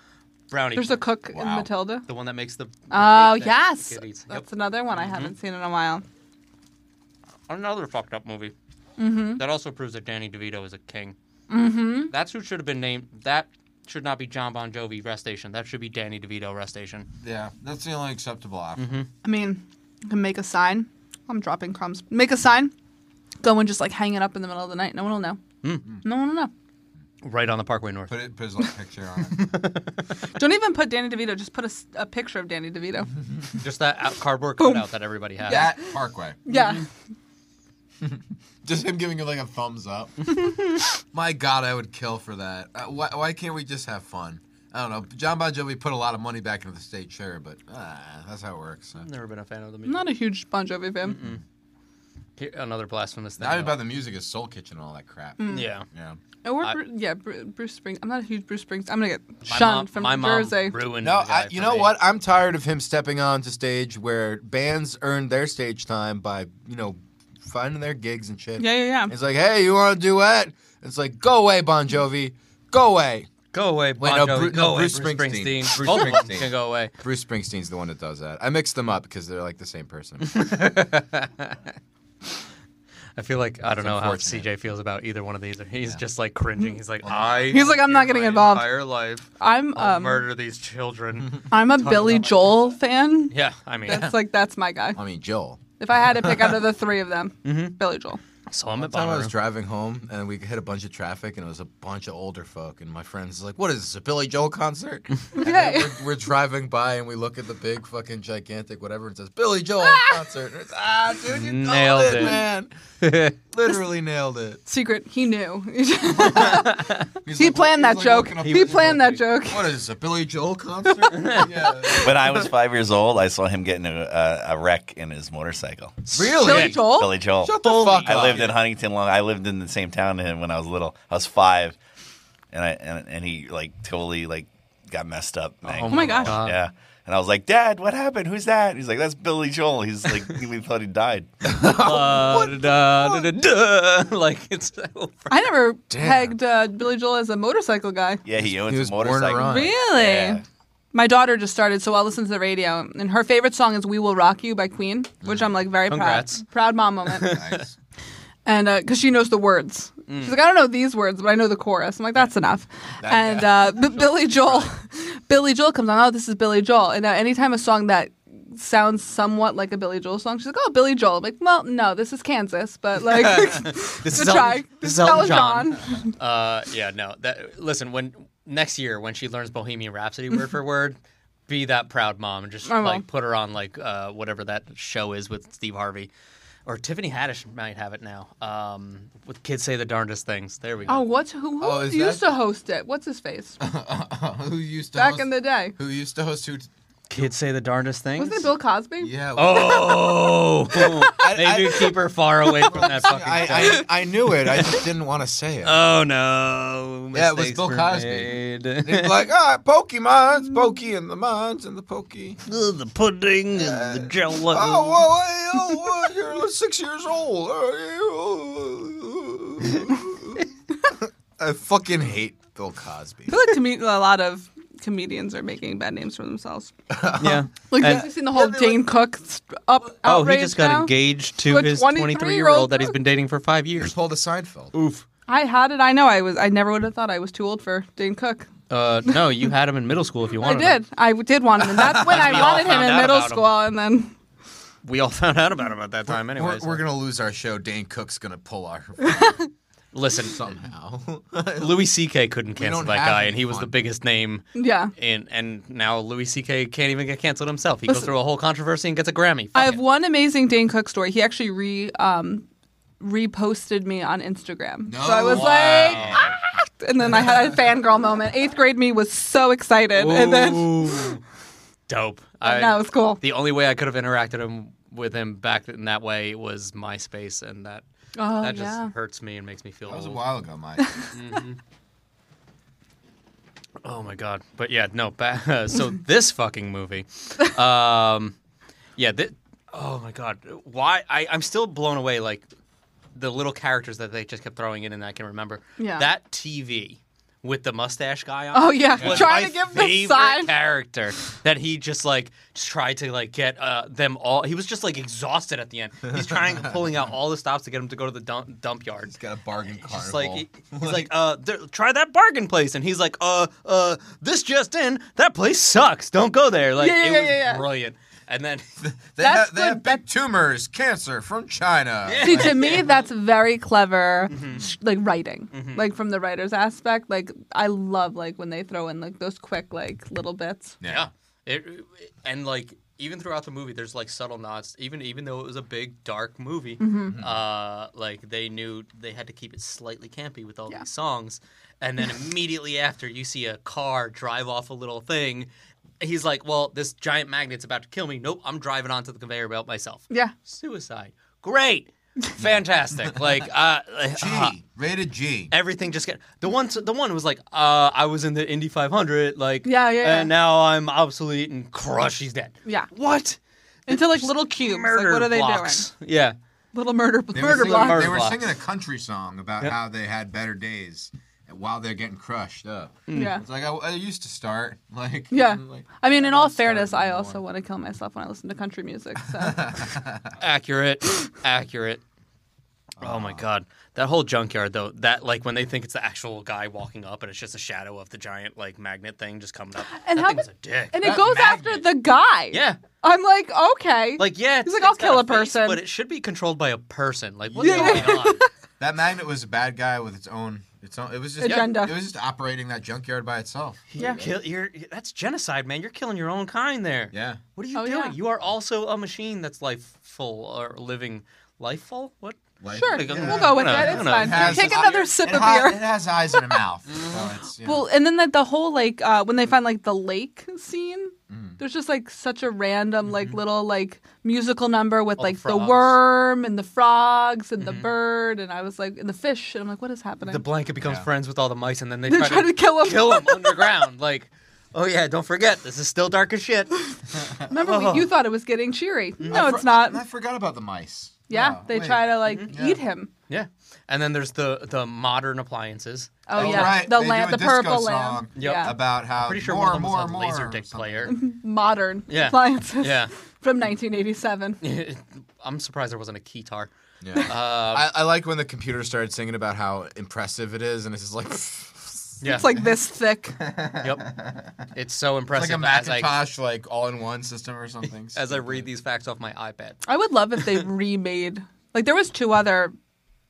[SPEAKER 3] brownie.
[SPEAKER 2] There's a cook in
[SPEAKER 6] Wow.
[SPEAKER 2] Matilda.
[SPEAKER 3] The one that makes the. the
[SPEAKER 2] Oh
[SPEAKER 3] cake that
[SPEAKER 2] yes,
[SPEAKER 3] the kid eats. Yep. Mm-hmm.
[SPEAKER 2] that's another one I haven't seen in a while.
[SPEAKER 3] another fucked up movie.
[SPEAKER 2] Mm-hmm.
[SPEAKER 3] That also proves that Danny DeVito is a king. Mm-hmm. That's who should have been named. That should not be John Bon Jovi Rest Station. That should be Danny DeVito Rest Station.
[SPEAKER 6] Yeah, that's the only acceptable option.
[SPEAKER 3] Mm-hmm.
[SPEAKER 2] I mean, you can make a sign. I'm dropping crumbs. Make a sign. Go and just like hang it up in the middle of the night. No one will know.
[SPEAKER 3] Mm.
[SPEAKER 2] No one will know.
[SPEAKER 3] Right on the Parkway North.
[SPEAKER 6] Put it, put his little picture on it.
[SPEAKER 2] Don't even put Danny DeVito. Just put a, s- a picture of Danny DeVito.
[SPEAKER 3] Mm-hmm. Just that out- cardboard cutout that everybody has.
[SPEAKER 6] That Parkway.
[SPEAKER 2] yeah.
[SPEAKER 6] Just him giving it like a thumbs up. My God, I would kill for that. Uh, why, why can't we just have fun? I don't know. John Bon Jovi put a lot of money back into the state share, but uh, that's how it works.
[SPEAKER 3] I've never been a fan of the
[SPEAKER 2] I'm
[SPEAKER 3] music.
[SPEAKER 2] not a huge Bon Jovi fan.
[SPEAKER 3] Here- Another blasphemous thing.
[SPEAKER 6] Not
[SPEAKER 3] though.
[SPEAKER 6] about the music is Soul Kitchen and all that crap.
[SPEAKER 2] Mm.
[SPEAKER 3] yeah.
[SPEAKER 6] Yeah.
[SPEAKER 2] Or
[SPEAKER 3] I-
[SPEAKER 2] Bru- yeah, Bru- Bruce Springs. I'm not a huge Bruce Springs. I'm gonna get
[SPEAKER 3] My
[SPEAKER 2] shunned
[SPEAKER 3] mom,
[SPEAKER 2] from
[SPEAKER 3] my mom
[SPEAKER 2] Jersey.
[SPEAKER 3] ruined the
[SPEAKER 6] No,
[SPEAKER 3] Mm-hmm. guy
[SPEAKER 6] I, you
[SPEAKER 3] for
[SPEAKER 6] know
[SPEAKER 3] me.
[SPEAKER 6] what? I'm tired of him stepping onto stage where bands earn their stage time by, you know, finding their gigs and shit.
[SPEAKER 2] yeah, yeah, yeah.
[SPEAKER 6] It's like, hey, you want to duet? It's like, go away, Bon Jovi. Go away.
[SPEAKER 3] Go away,
[SPEAKER 6] Wait,
[SPEAKER 3] Bon
[SPEAKER 6] no,
[SPEAKER 3] Jovi.
[SPEAKER 6] Bru-
[SPEAKER 3] go
[SPEAKER 6] no,
[SPEAKER 3] away,
[SPEAKER 6] Bruce Springsteen. Oh. Bruce
[SPEAKER 3] Both of them
[SPEAKER 6] Springsteen.
[SPEAKER 3] can go away.
[SPEAKER 6] Bruce Springsteen's the one that does that. I mix them up because they're like the same person.
[SPEAKER 3] I feel like I don't know how
[SPEAKER 6] unfortunate.
[SPEAKER 3] CJ feels about either one of these. He's just like cringing. He's like, "Ah." I.
[SPEAKER 2] He's like, I'm not getting involved.
[SPEAKER 3] Entire life,
[SPEAKER 2] I'm
[SPEAKER 3] I'll
[SPEAKER 2] um,
[SPEAKER 3] murder these children.
[SPEAKER 2] I'm a Billy Joel fan.
[SPEAKER 3] yeah, I mean,
[SPEAKER 2] That's like that's my guy.
[SPEAKER 6] I mean, Joel.
[SPEAKER 2] If I had to pick out of the three of them,
[SPEAKER 3] Mm-hmm.
[SPEAKER 2] Billy Joel.
[SPEAKER 3] so I'm at
[SPEAKER 6] One time I was
[SPEAKER 3] Bonnaroo.
[SPEAKER 6] driving home and we hit a bunch of traffic and it was a bunch of older folk and my friends was like, "What is this? A Billy Joel concert?" And then
[SPEAKER 2] Okay.
[SPEAKER 6] we're, we're driving by and we look at the big fucking gigantic whatever and it says Billy Joel concert. And it's, ah, dude, you nailed
[SPEAKER 3] Nailed
[SPEAKER 6] it,
[SPEAKER 3] it.
[SPEAKER 6] man. Literally nailed it.
[SPEAKER 2] Secret, he knew.
[SPEAKER 6] He's
[SPEAKER 2] he planned
[SPEAKER 6] like, what-
[SPEAKER 2] that
[SPEAKER 6] he's like
[SPEAKER 2] joke.
[SPEAKER 6] looking up
[SPEAKER 2] He
[SPEAKER 6] at me
[SPEAKER 2] planned that
[SPEAKER 6] like,
[SPEAKER 2] joke.
[SPEAKER 6] What is this? A Billy Joel concert? yeah.
[SPEAKER 8] When I was five years old, I saw him getting a, a, a wreck in his motorcycle.
[SPEAKER 6] Really?
[SPEAKER 2] Billy
[SPEAKER 5] Oh?
[SPEAKER 2] Joel.
[SPEAKER 8] Billy Joel.
[SPEAKER 6] Shut the fuck up.
[SPEAKER 8] I lived in Huntington, Long. I lived in the same town as him when I was little. I was five, and I and, and he like totally like got messed up. Like,
[SPEAKER 2] Oh my gosh.
[SPEAKER 3] God.
[SPEAKER 8] yeah. And I was like, Dad, what happened? Who's that? He's like, That's Billy Joel. He's like, we thought he died.
[SPEAKER 3] Uh, da, da, da, da. Like it's over.
[SPEAKER 2] I never
[SPEAKER 6] Damn.
[SPEAKER 2] pegged uh, Billy Joel as a motorcycle guy.
[SPEAKER 8] Yeah, he owns
[SPEAKER 6] He was
[SPEAKER 8] a
[SPEAKER 6] born
[SPEAKER 8] motorcycle.
[SPEAKER 6] around.
[SPEAKER 2] Really?
[SPEAKER 8] Oh, Yeah.
[SPEAKER 2] My daughter just started, so I listen to the radio, and her favorite song is "We Will Rock You" by Queen, which I'm like very
[SPEAKER 3] Congrats.
[SPEAKER 2] proud, proud mom moment,
[SPEAKER 6] Nice.
[SPEAKER 2] and because she knows the words, she's like, I don't know these words, but I know the chorus. I'm like, that's enough. and uh, but Billy Joel, Billy Joel comes on. Oh, this is Billy Joel, and uh, anytime a song that sounds somewhat like a Billy Joel song, she's like, oh, Billy Joel. I'm like, well, no, this is Kansas, but like,
[SPEAKER 3] This
[SPEAKER 2] good
[SPEAKER 3] is
[SPEAKER 2] try.
[SPEAKER 3] Elton, this is Elton
[SPEAKER 2] That was
[SPEAKER 3] John. Uh, yeah, no. That listen when next year when she learns Bohemian Rhapsody word for word, be that proud mom and just
[SPEAKER 2] I will.
[SPEAKER 3] like put her on like uh, whatever that show is with Steve Harvey, or Tiffany Haddish might have it now. Um, with kids say the darndest things. There we go.
[SPEAKER 2] Oh, what's who, who
[SPEAKER 6] Oh, is
[SPEAKER 2] used
[SPEAKER 6] that-
[SPEAKER 2] to host it? What's his face
[SPEAKER 6] who used to
[SPEAKER 2] back
[SPEAKER 6] host,
[SPEAKER 2] in the day?
[SPEAKER 6] who used to host who?
[SPEAKER 3] kids say the darndest things.
[SPEAKER 2] Wasn't it Bill Cosby?
[SPEAKER 6] Yeah.
[SPEAKER 3] Oh, they
[SPEAKER 6] I-
[SPEAKER 3] do keep her far away from that fucking.
[SPEAKER 6] I, I I knew it. I just didn't want to say it.
[SPEAKER 3] oh no!
[SPEAKER 6] Yeah, it was
[SPEAKER 3] Mistakes
[SPEAKER 6] Bill
[SPEAKER 3] were
[SPEAKER 6] Cosby.
[SPEAKER 3] made.
[SPEAKER 6] He's like, ah, Pokemons, Pokey and the Mons and the Pokey.
[SPEAKER 3] Mm. the pudding and the jello.
[SPEAKER 6] Oh, well, hey, oh, well, you're six years old. Oh, yeah. I fucking hate Bill Cosby.
[SPEAKER 2] I feel like comed- a lot of comedians are making bad names for themselves.
[SPEAKER 3] yeah.
[SPEAKER 2] Like,
[SPEAKER 3] And-
[SPEAKER 2] have you seen the whole Dane Cook st- up
[SPEAKER 3] Oh, he
[SPEAKER 2] outrage
[SPEAKER 3] just got
[SPEAKER 2] now?
[SPEAKER 3] engaged to
[SPEAKER 2] To a
[SPEAKER 3] his 23 year
[SPEAKER 2] 23-year-old
[SPEAKER 3] old that he's been dating for five years.
[SPEAKER 6] Paul the Seinfeld.
[SPEAKER 3] Oof.
[SPEAKER 2] I had it. I know. I was. I never would have thought I was too old for Dane Cook.
[SPEAKER 3] Uh, no, you had him in middle school if you
[SPEAKER 2] I
[SPEAKER 3] wanted. him.
[SPEAKER 2] did. I w- did want him. And that's when I
[SPEAKER 3] We all
[SPEAKER 2] wanted him
[SPEAKER 3] found
[SPEAKER 2] in
[SPEAKER 3] out
[SPEAKER 2] middle
[SPEAKER 3] about him.
[SPEAKER 2] school, and then
[SPEAKER 3] We all found out about him at that time,
[SPEAKER 6] We're,
[SPEAKER 3] anyways.
[SPEAKER 6] we're gonna lose our show. Dane Cook's gonna pull our
[SPEAKER 3] Listen,
[SPEAKER 6] somehow.
[SPEAKER 3] Louis C.K. couldn't cancel
[SPEAKER 6] don't
[SPEAKER 3] that
[SPEAKER 6] have
[SPEAKER 3] guy,
[SPEAKER 6] any
[SPEAKER 3] and he was
[SPEAKER 6] fun.
[SPEAKER 3] the biggest name.
[SPEAKER 2] yeah.
[SPEAKER 3] In, and now Louis C.K. can't even get canceled himself. He goes
[SPEAKER 2] Listen.
[SPEAKER 3] through a whole controversy and gets a Grammy. Fuck
[SPEAKER 2] I have
[SPEAKER 3] it.
[SPEAKER 2] one amazing Dane Cook story. He actually re um, reposted me on Instagram. so I was
[SPEAKER 6] No.
[SPEAKER 2] like, ah! and then I had a fangirl moment. Eighth grade me was so excited, and then
[SPEAKER 3] Ooh. dope. I,
[SPEAKER 2] that was cool.
[SPEAKER 3] The only way I could have interacted him with him back in that way was MySpace, and that
[SPEAKER 2] Oh
[SPEAKER 3] that just
[SPEAKER 2] yeah.
[SPEAKER 3] hurts me and makes me feel
[SPEAKER 6] That was a
[SPEAKER 3] old.
[SPEAKER 6] while ago, Mike.
[SPEAKER 3] Oh my god! But yeah, no. Ba- so this fucking movie, um, yeah. Thi- oh my god! Why I, I'm still blown away. Like the little characters that they just kept throwing in, and I can remember.
[SPEAKER 2] Yeah.
[SPEAKER 3] That TV with the mustache guy on.
[SPEAKER 2] Oh
[SPEAKER 3] it
[SPEAKER 2] yeah,
[SPEAKER 3] was
[SPEAKER 2] trying
[SPEAKER 3] my
[SPEAKER 2] to give the
[SPEAKER 3] favorite
[SPEAKER 2] sign.
[SPEAKER 3] character that he just like just tried to like get uh, them all. He was just like exhausted at the end. He's trying pulling out all the stops to get him to go to the dump, dump yard.
[SPEAKER 6] He's got a bargain carnival.
[SPEAKER 3] Just like he- he's like, uh, there- try that bargain place, and he's like, uh, uh, this just in, that place sucks. Don't go there. Like,
[SPEAKER 2] Yeah, yeah,
[SPEAKER 3] it
[SPEAKER 2] yeah,
[SPEAKER 3] was
[SPEAKER 2] yeah, yeah.
[SPEAKER 3] brilliant. And then,
[SPEAKER 6] they
[SPEAKER 2] that's
[SPEAKER 6] have, they
[SPEAKER 2] the-
[SPEAKER 6] have big tumors, cancer from China.
[SPEAKER 2] See, to me, that's very clever,
[SPEAKER 3] Mm-hmm.
[SPEAKER 2] sh like writing, like from the writer's aspect. Like, I love like when they throw in like those quick like little bits.
[SPEAKER 3] yeah, it, and like even throughout the movie, there's like subtle nods. Even even though it was a big dark movie,
[SPEAKER 2] Mm-hmm.
[SPEAKER 3] uh, like they knew they had to keep it slightly campy with all
[SPEAKER 2] Yeah.
[SPEAKER 3] these songs. And then immediately after, you see a car drive off a little thing. He's like, well, this giant magnet's about to kill me. Nope, I'm driving onto the conveyor belt myself.
[SPEAKER 2] Yeah,
[SPEAKER 3] suicide. Great, fantastic. like uh, like,
[SPEAKER 6] G,
[SPEAKER 3] uh,
[SPEAKER 6] rated G.
[SPEAKER 3] everything just get the one. The one was like, uh, I was in the Indy 500, like
[SPEAKER 2] Yeah, yeah, yeah.
[SPEAKER 3] and now I'm obsolete and crush. He's dead.
[SPEAKER 2] yeah.
[SPEAKER 3] What
[SPEAKER 2] Into like little cubes. Like, what are they
[SPEAKER 3] blocks. doing? Yeah,
[SPEAKER 2] doing? Little murder,
[SPEAKER 6] They were
[SPEAKER 2] murder
[SPEAKER 6] singing-
[SPEAKER 2] blocks.
[SPEAKER 6] They were
[SPEAKER 3] blocks.
[SPEAKER 6] singing a country song about how they had better days. while they're getting crushed up.
[SPEAKER 3] Hmm.
[SPEAKER 2] Yeah.
[SPEAKER 6] It's like I, I used to start like
[SPEAKER 2] Yeah.
[SPEAKER 6] like,
[SPEAKER 2] I mean, in all
[SPEAKER 6] I'll start
[SPEAKER 2] fairness, I
[SPEAKER 6] more.
[SPEAKER 2] also want to kill myself when I listen to country music. So
[SPEAKER 3] Accurate. Accurate. Oh my god. That whole junkyard though, that like when they think it's the actual guy walking up and it's just a shadow of the giant like magnet thing just coming up.
[SPEAKER 2] And
[SPEAKER 3] that
[SPEAKER 2] how-
[SPEAKER 3] thing's a dick.
[SPEAKER 2] and it
[SPEAKER 6] That
[SPEAKER 2] goes after
[SPEAKER 6] magnet.
[SPEAKER 2] the guy.
[SPEAKER 3] yeah.
[SPEAKER 2] I'm like, okay.
[SPEAKER 3] Like yeah,
[SPEAKER 2] He's
[SPEAKER 3] it's-
[SPEAKER 2] like, I'll
[SPEAKER 3] it's got
[SPEAKER 2] kill a
[SPEAKER 3] face,
[SPEAKER 2] person.
[SPEAKER 3] but it should be controlled by a person. Like what's
[SPEAKER 2] Yeah.
[SPEAKER 3] going on?
[SPEAKER 6] That magnet was a bad guy with its own its own. It was just
[SPEAKER 2] Agenda.
[SPEAKER 6] It was just operating that junkyard by itself.
[SPEAKER 2] yeah.
[SPEAKER 3] Kill, you're, that's genocide, man. You're killing your own kind there.
[SPEAKER 6] Yeah.
[SPEAKER 3] What are you
[SPEAKER 2] Oh,
[SPEAKER 3] doing?
[SPEAKER 2] yeah.
[SPEAKER 3] You are also a machine that's lifeful or living lifeful. What?
[SPEAKER 6] Like,
[SPEAKER 2] Sure,
[SPEAKER 3] Like,
[SPEAKER 2] we'll
[SPEAKER 3] yeah.
[SPEAKER 2] go with
[SPEAKER 3] No,
[SPEAKER 2] that. It's
[SPEAKER 3] no,
[SPEAKER 2] fine.
[SPEAKER 3] it has
[SPEAKER 2] Take
[SPEAKER 6] this-
[SPEAKER 2] another sip
[SPEAKER 6] It,
[SPEAKER 2] of
[SPEAKER 6] ha- it
[SPEAKER 2] beer.
[SPEAKER 6] has eyes and a mouth.
[SPEAKER 3] Mm-hmm.
[SPEAKER 6] so it's, you know.
[SPEAKER 2] Well, and then that the whole like uh, when they find like the lake scene,
[SPEAKER 3] Mm.
[SPEAKER 2] there's just like such a random like little like musical number with
[SPEAKER 3] Mm-hmm. All the
[SPEAKER 2] like the,
[SPEAKER 3] frogs. Mm-hmm.
[SPEAKER 2] worm and the frogs and the bird and I was like and the fish and I'm like what is happening?
[SPEAKER 3] The blanket becomes
[SPEAKER 6] Yeah.
[SPEAKER 3] friends with all the mice, and then they
[SPEAKER 2] They
[SPEAKER 3] try,
[SPEAKER 2] try to kill him.
[SPEAKER 3] Kill him underground. Like, oh yeah, don't forget, this is still dark as shit.
[SPEAKER 2] Remember, we-
[SPEAKER 3] Oh.
[SPEAKER 2] you thought it was getting cheery. No,
[SPEAKER 6] I
[SPEAKER 2] it's
[SPEAKER 6] for-
[SPEAKER 2] not.
[SPEAKER 6] and I forgot about the mice.
[SPEAKER 2] Yeah,
[SPEAKER 6] Oh,
[SPEAKER 2] they
[SPEAKER 6] wait.
[SPEAKER 2] try to like
[SPEAKER 6] Yeah.
[SPEAKER 2] eat him.
[SPEAKER 3] Yeah. And then there's the the modern appliances.
[SPEAKER 2] Oh,
[SPEAKER 6] That's
[SPEAKER 2] yeah,
[SPEAKER 6] right,
[SPEAKER 2] the
[SPEAKER 6] they
[SPEAKER 2] lamp,
[SPEAKER 6] do
[SPEAKER 2] the
[SPEAKER 6] a disco
[SPEAKER 2] purple
[SPEAKER 6] song
[SPEAKER 2] lamp.
[SPEAKER 3] Yep.
[SPEAKER 2] Yeah,
[SPEAKER 6] About how
[SPEAKER 3] Pretty sure
[SPEAKER 6] more,
[SPEAKER 3] one of them
[SPEAKER 6] Uh, more,
[SPEAKER 3] was a
[SPEAKER 6] more,
[SPEAKER 3] laser
[SPEAKER 6] or
[SPEAKER 3] dick
[SPEAKER 6] something.
[SPEAKER 3] player.
[SPEAKER 2] modern
[SPEAKER 3] Yeah.
[SPEAKER 2] appliances
[SPEAKER 3] yeah.
[SPEAKER 2] from 1987.
[SPEAKER 3] I'm surprised there wasn't a keytar.
[SPEAKER 6] Yeah.
[SPEAKER 3] Um,
[SPEAKER 6] I, I like when the computer started singing about how impressive it is, and it's just like
[SPEAKER 3] Yeah.
[SPEAKER 2] It's like this thick.
[SPEAKER 3] yep. It's so
[SPEAKER 6] like
[SPEAKER 3] impressive.
[SPEAKER 6] a
[SPEAKER 3] as I,
[SPEAKER 6] Macintosh, like all-in-one system or something.
[SPEAKER 3] as I read these facts off my iPad.
[SPEAKER 2] I would love if they remade. Like there was two other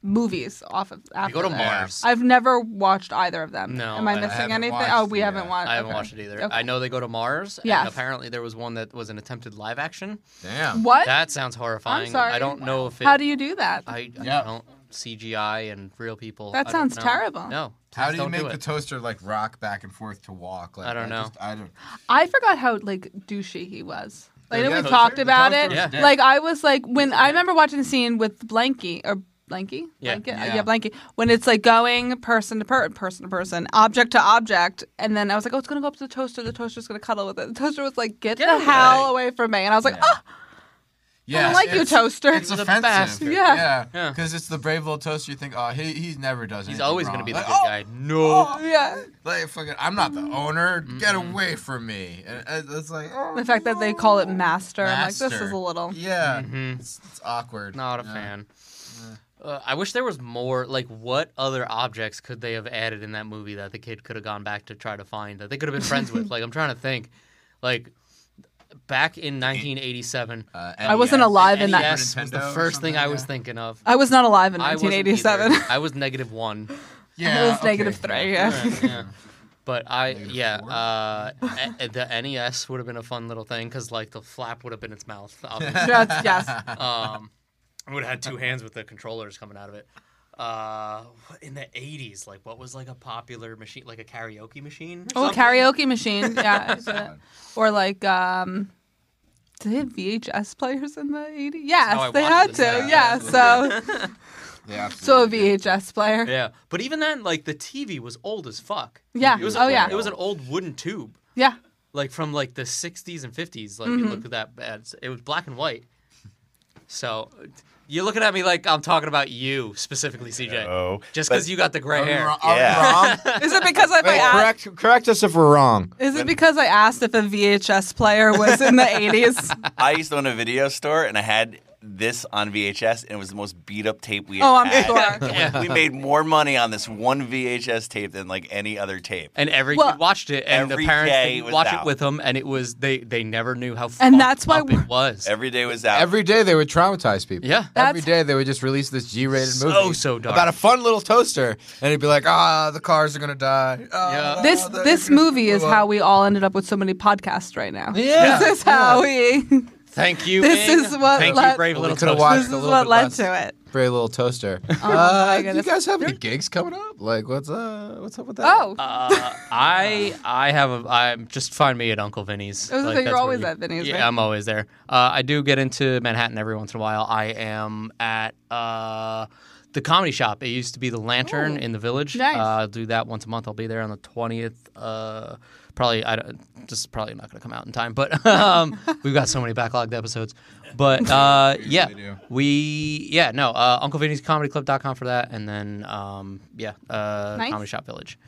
[SPEAKER 2] movies off of
[SPEAKER 3] You
[SPEAKER 2] after
[SPEAKER 3] go to
[SPEAKER 2] that.
[SPEAKER 3] Mars.
[SPEAKER 2] I've never watched either of them.
[SPEAKER 3] No,
[SPEAKER 2] Am I
[SPEAKER 3] I
[SPEAKER 2] missing
[SPEAKER 6] haven't
[SPEAKER 2] anything?
[SPEAKER 6] watched
[SPEAKER 2] oh, we
[SPEAKER 6] it
[SPEAKER 2] haven't
[SPEAKER 6] yet.
[SPEAKER 2] watched.
[SPEAKER 3] I haven't
[SPEAKER 2] okay.
[SPEAKER 3] watched it either.
[SPEAKER 2] Okay.
[SPEAKER 3] I know they go to Mars,
[SPEAKER 2] Yes.
[SPEAKER 3] and apparently there was one that was an attempted live action.
[SPEAKER 6] Damn.
[SPEAKER 2] What?
[SPEAKER 3] That sounds horrifying.
[SPEAKER 2] sorry.
[SPEAKER 3] I don't know if it.
[SPEAKER 2] How do you do that?
[SPEAKER 3] I, I
[SPEAKER 6] Yeah.
[SPEAKER 3] don't CGI and real people.
[SPEAKER 2] That
[SPEAKER 3] I don't
[SPEAKER 2] sounds
[SPEAKER 3] know.
[SPEAKER 2] terrible.
[SPEAKER 3] No.
[SPEAKER 6] How
[SPEAKER 3] please
[SPEAKER 6] do you
[SPEAKER 3] don't
[SPEAKER 6] make
[SPEAKER 3] it.
[SPEAKER 6] the toaster like rock back and forth to walk? Like
[SPEAKER 3] I don't know.
[SPEAKER 6] Just, I don't.
[SPEAKER 2] I forgot how like douchey he was. Like I know
[SPEAKER 6] Oh, Yeah,
[SPEAKER 2] we
[SPEAKER 6] the
[SPEAKER 2] talked
[SPEAKER 6] toaster- the
[SPEAKER 2] about
[SPEAKER 6] toaster
[SPEAKER 2] it.
[SPEAKER 6] was
[SPEAKER 3] Yeah.
[SPEAKER 6] dead.
[SPEAKER 2] Like I was like when I remember watching the scene with Blanky or Blanky,
[SPEAKER 3] Yeah.
[SPEAKER 2] Blanket? Uh,
[SPEAKER 6] Yeah.
[SPEAKER 2] yeah, Blanky. When it's like going person to per- person to person, object to object, and then I was like, oh, it's gonna go up to the toaster. The toaster's gonna cuddle with it. The toaster was like, get, the
[SPEAKER 3] away.
[SPEAKER 2] hell away from me, and I was like,
[SPEAKER 6] Yeah.
[SPEAKER 2] oh,
[SPEAKER 6] Yeah,
[SPEAKER 2] like you,
[SPEAKER 6] it's-
[SPEAKER 2] toaster.
[SPEAKER 6] It's
[SPEAKER 2] He's
[SPEAKER 3] a
[SPEAKER 6] offensive.
[SPEAKER 3] bastard.
[SPEAKER 2] Yeah.
[SPEAKER 6] yeah,
[SPEAKER 3] Yeah.
[SPEAKER 6] because it's the brave little toaster. You think, oh, he he's never does anything.
[SPEAKER 3] He's always
[SPEAKER 6] wrong.
[SPEAKER 3] going to be the
[SPEAKER 6] like,
[SPEAKER 3] good
[SPEAKER 6] oh,
[SPEAKER 3] guy. No.
[SPEAKER 2] yeah.
[SPEAKER 6] Like fucking, I'm not the owner. Get away from me. And it- it's like oh,
[SPEAKER 2] The fact that they call it master, I'm like, this
[SPEAKER 6] Master.
[SPEAKER 2] is a little.
[SPEAKER 6] yeah,
[SPEAKER 3] Mhm.
[SPEAKER 6] it's, it's awkward.
[SPEAKER 3] Not a
[SPEAKER 6] Yeah.
[SPEAKER 3] fan. Uh, I wish there was more. Like, what other objects could they have added in that movie that the kid could have gone back to try to find that they could have been friends with? Like, I'm trying to think. Like, back in 1987,
[SPEAKER 6] Uh,
[SPEAKER 2] I wasn't
[SPEAKER 6] NES.
[SPEAKER 3] E
[SPEAKER 2] alive in that.
[SPEAKER 3] NES was
[SPEAKER 6] Nintendo
[SPEAKER 3] the
[SPEAKER 6] or
[SPEAKER 3] first thing
[SPEAKER 6] something,
[SPEAKER 3] I was
[SPEAKER 6] yeah.
[SPEAKER 3] thinking of.
[SPEAKER 2] I was not alive in
[SPEAKER 3] I wasn't either.
[SPEAKER 2] 1987.
[SPEAKER 3] I was negative one.
[SPEAKER 6] Yeah,
[SPEAKER 2] it was
[SPEAKER 6] okay.
[SPEAKER 2] negative three. Yeah.
[SPEAKER 3] yeah. But I,
[SPEAKER 6] Negative
[SPEAKER 3] yeah,
[SPEAKER 6] four?
[SPEAKER 3] uh, e- the NES would have been a fun little thing because like the flap would have been its mouth. Obviously.
[SPEAKER 2] That's, yes.
[SPEAKER 3] um, I would have had two hands with the controllers coming out of it. Uh, what- in the '80s, like what was like a popular machine, like a karaoke machine? or
[SPEAKER 2] Oh,
[SPEAKER 3] something?
[SPEAKER 2] karaoke machine. Yeah. I bet. or like, um, did they have VHS players in the 80s?
[SPEAKER 3] how I
[SPEAKER 2] Yes, they
[SPEAKER 3] watched
[SPEAKER 2] had
[SPEAKER 3] it.
[SPEAKER 2] to.
[SPEAKER 3] Yeah,
[SPEAKER 2] Yeah. so,
[SPEAKER 6] They
[SPEAKER 2] so a
[SPEAKER 6] absolutely did.
[SPEAKER 2] VHS player. Yeah.
[SPEAKER 3] Yeah, but even then, like the TV was old as fuck.
[SPEAKER 2] Yeah.
[SPEAKER 3] It was
[SPEAKER 2] Oh, yeah.
[SPEAKER 3] It was an old wooden tube, like from like the '60s and '50s. Like it
[SPEAKER 2] Mm-hmm.
[SPEAKER 3] looked that bad. It was black and white. So you're looking at me like I'm talking about you specifically, CJ.
[SPEAKER 8] Oh,
[SPEAKER 3] Just
[SPEAKER 8] but-
[SPEAKER 3] because you got the gray
[SPEAKER 6] Are we
[SPEAKER 3] hair.
[SPEAKER 6] wrong? Are we
[SPEAKER 8] Yeah.
[SPEAKER 6] wrong?
[SPEAKER 2] Is it because if I
[SPEAKER 6] Wait,
[SPEAKER 2] asked?
[SPEAKER 6] correct, correct us if we're wrong.
[SPEAKER 2] Is it because I asked if a VHS player was in the 80s?
[SPEAKER 8] I used to own a video store, and I had this on VHS, and it was the most beat up tape we had.
[SPEAKER 2] Oh, I'm
[SPEAKER 8] had.
[SPEAKER 2] sure.
[SPEAKER 3] Yeah.
[SPEAKER 8] We made more money on this one VHS tape than like any other tape.
[SPEAKER 3] And every
[SPEAKER 2] Well-
[SPEAKER 3] kid watched it, and the
[SPEAKER 8] Every
[SPEAKER 3] parents
[SPEAKER 8] day
[SPEAKER 3] didn't
[SPEAKER 8] was
[SPEAKER 3] watch
[SPEAKER 8] out.
[SPEAKER 3] it with them, and it was they they never knew how. fucked
[SPEAKER 2] And that's why
[SPEAKER 3] up
[SPEAKER 2] we're-
[SPEAKER 3] it was.
[SPEAKER 8] Every day was out.
[SPEAKER 6] Every day they would traumatize people.
[SPEAKER 3] yeah,
[SPEAKER 6] Every
[SPEAKER 2] That's-
[SPEAKER 6] day they would just release this G-rated
[SPEAKER 3] So,
[SPEAKER 6] movie
[SPEAKER 3] so dark.
[SPEAKER 6] about a fun little toaster, and it'd be like, ah, the cars are gonna die. Ah,
[SPEAKER 3] Yeah.
[SPEAKER 2] This
[SPEAKER 6] they're
[SPEAKER 2] this
[SPEAKER 6] gonna
[SPEAKER 2] movie is
[SPEAKER 6] blow
[SPEAKER 2] how
[SPEAKER 6] up."
[SPEAKER 2] we all ended up with so many podcasts right now.
[SPEAKER 6] Yeah.
[SPEAKER 2] This is how we.
[SPEAKER 3] thank you.
[SPEAKER 2] This
[SPEAKER 3] Ing.
[SPEAKER 2] is what
[SPEAKER 3] Thank
[SPEAKER 2] let-
[SPEAKER 3] you, brave
[SPEAKER 6] Well, we
[SPEAKER 3] little.
[SPEAKER 6] coulda
[SPEAKER 3] Toaster.
[SPEAKER 6] watched-
[SPEAKER 2] This
[SPEAKER 6] Just
[SPEAKER 2] is
[SPEAKER 6] a little
[SPEAKER 2] what
[SPEAKER 6] bit
[SPEAKER 2] led
[SPEAKER 6] less.
[SPEAKER 2] to it.
[SPEAKER 6] Very little toaster.
[SPEAKER 2] Oh my
[SPEAKER 6] uh, do you
[SPEAKER 2] goodness.
[SPEAKER 6] guys have any gigs coming up? Like, what's uh, what's up with that?
[SPEAKER 2] Oh,
[SPEAKER 3] Uh, I I have a I'm just find me at Uncle Vinny's.
[SPEAKER 2] I was gonna
[SPEAKER 3] Like,
[SPEAKER 2] say, you're
[SPEAKER 3] that's where
[SPEAKER 2] always
[SPEAKER 3] you-
[SPEAKER 2] at Vinny's,
[SPEAKER 3] Yeah,
[SPEAKER 2] right?
[SPEAKER 3] I'm always there. Uh, I do get into Manhattan every once in a while. I am at uh, the comedy shop. It used to be the Lantern in the Village.
[SPEAKER 2] Nice.
[SPEAKER 3] Uh, I'll do that once a month. I'll be there on the 20th. Uh, Probably, I don't, this is probably not going to come out in time, but um, we've got so many backlogged episodes. But uh, yeah,
[SPEAKER 6] do.
[SPEAKER 3] we yeah no uh, Uncle Vinny's Comedy Club.com for that, and then um, yeah, uh,
[SPEAKER 2] Nice.
[SPEAKER 3] Comedy Shop Village.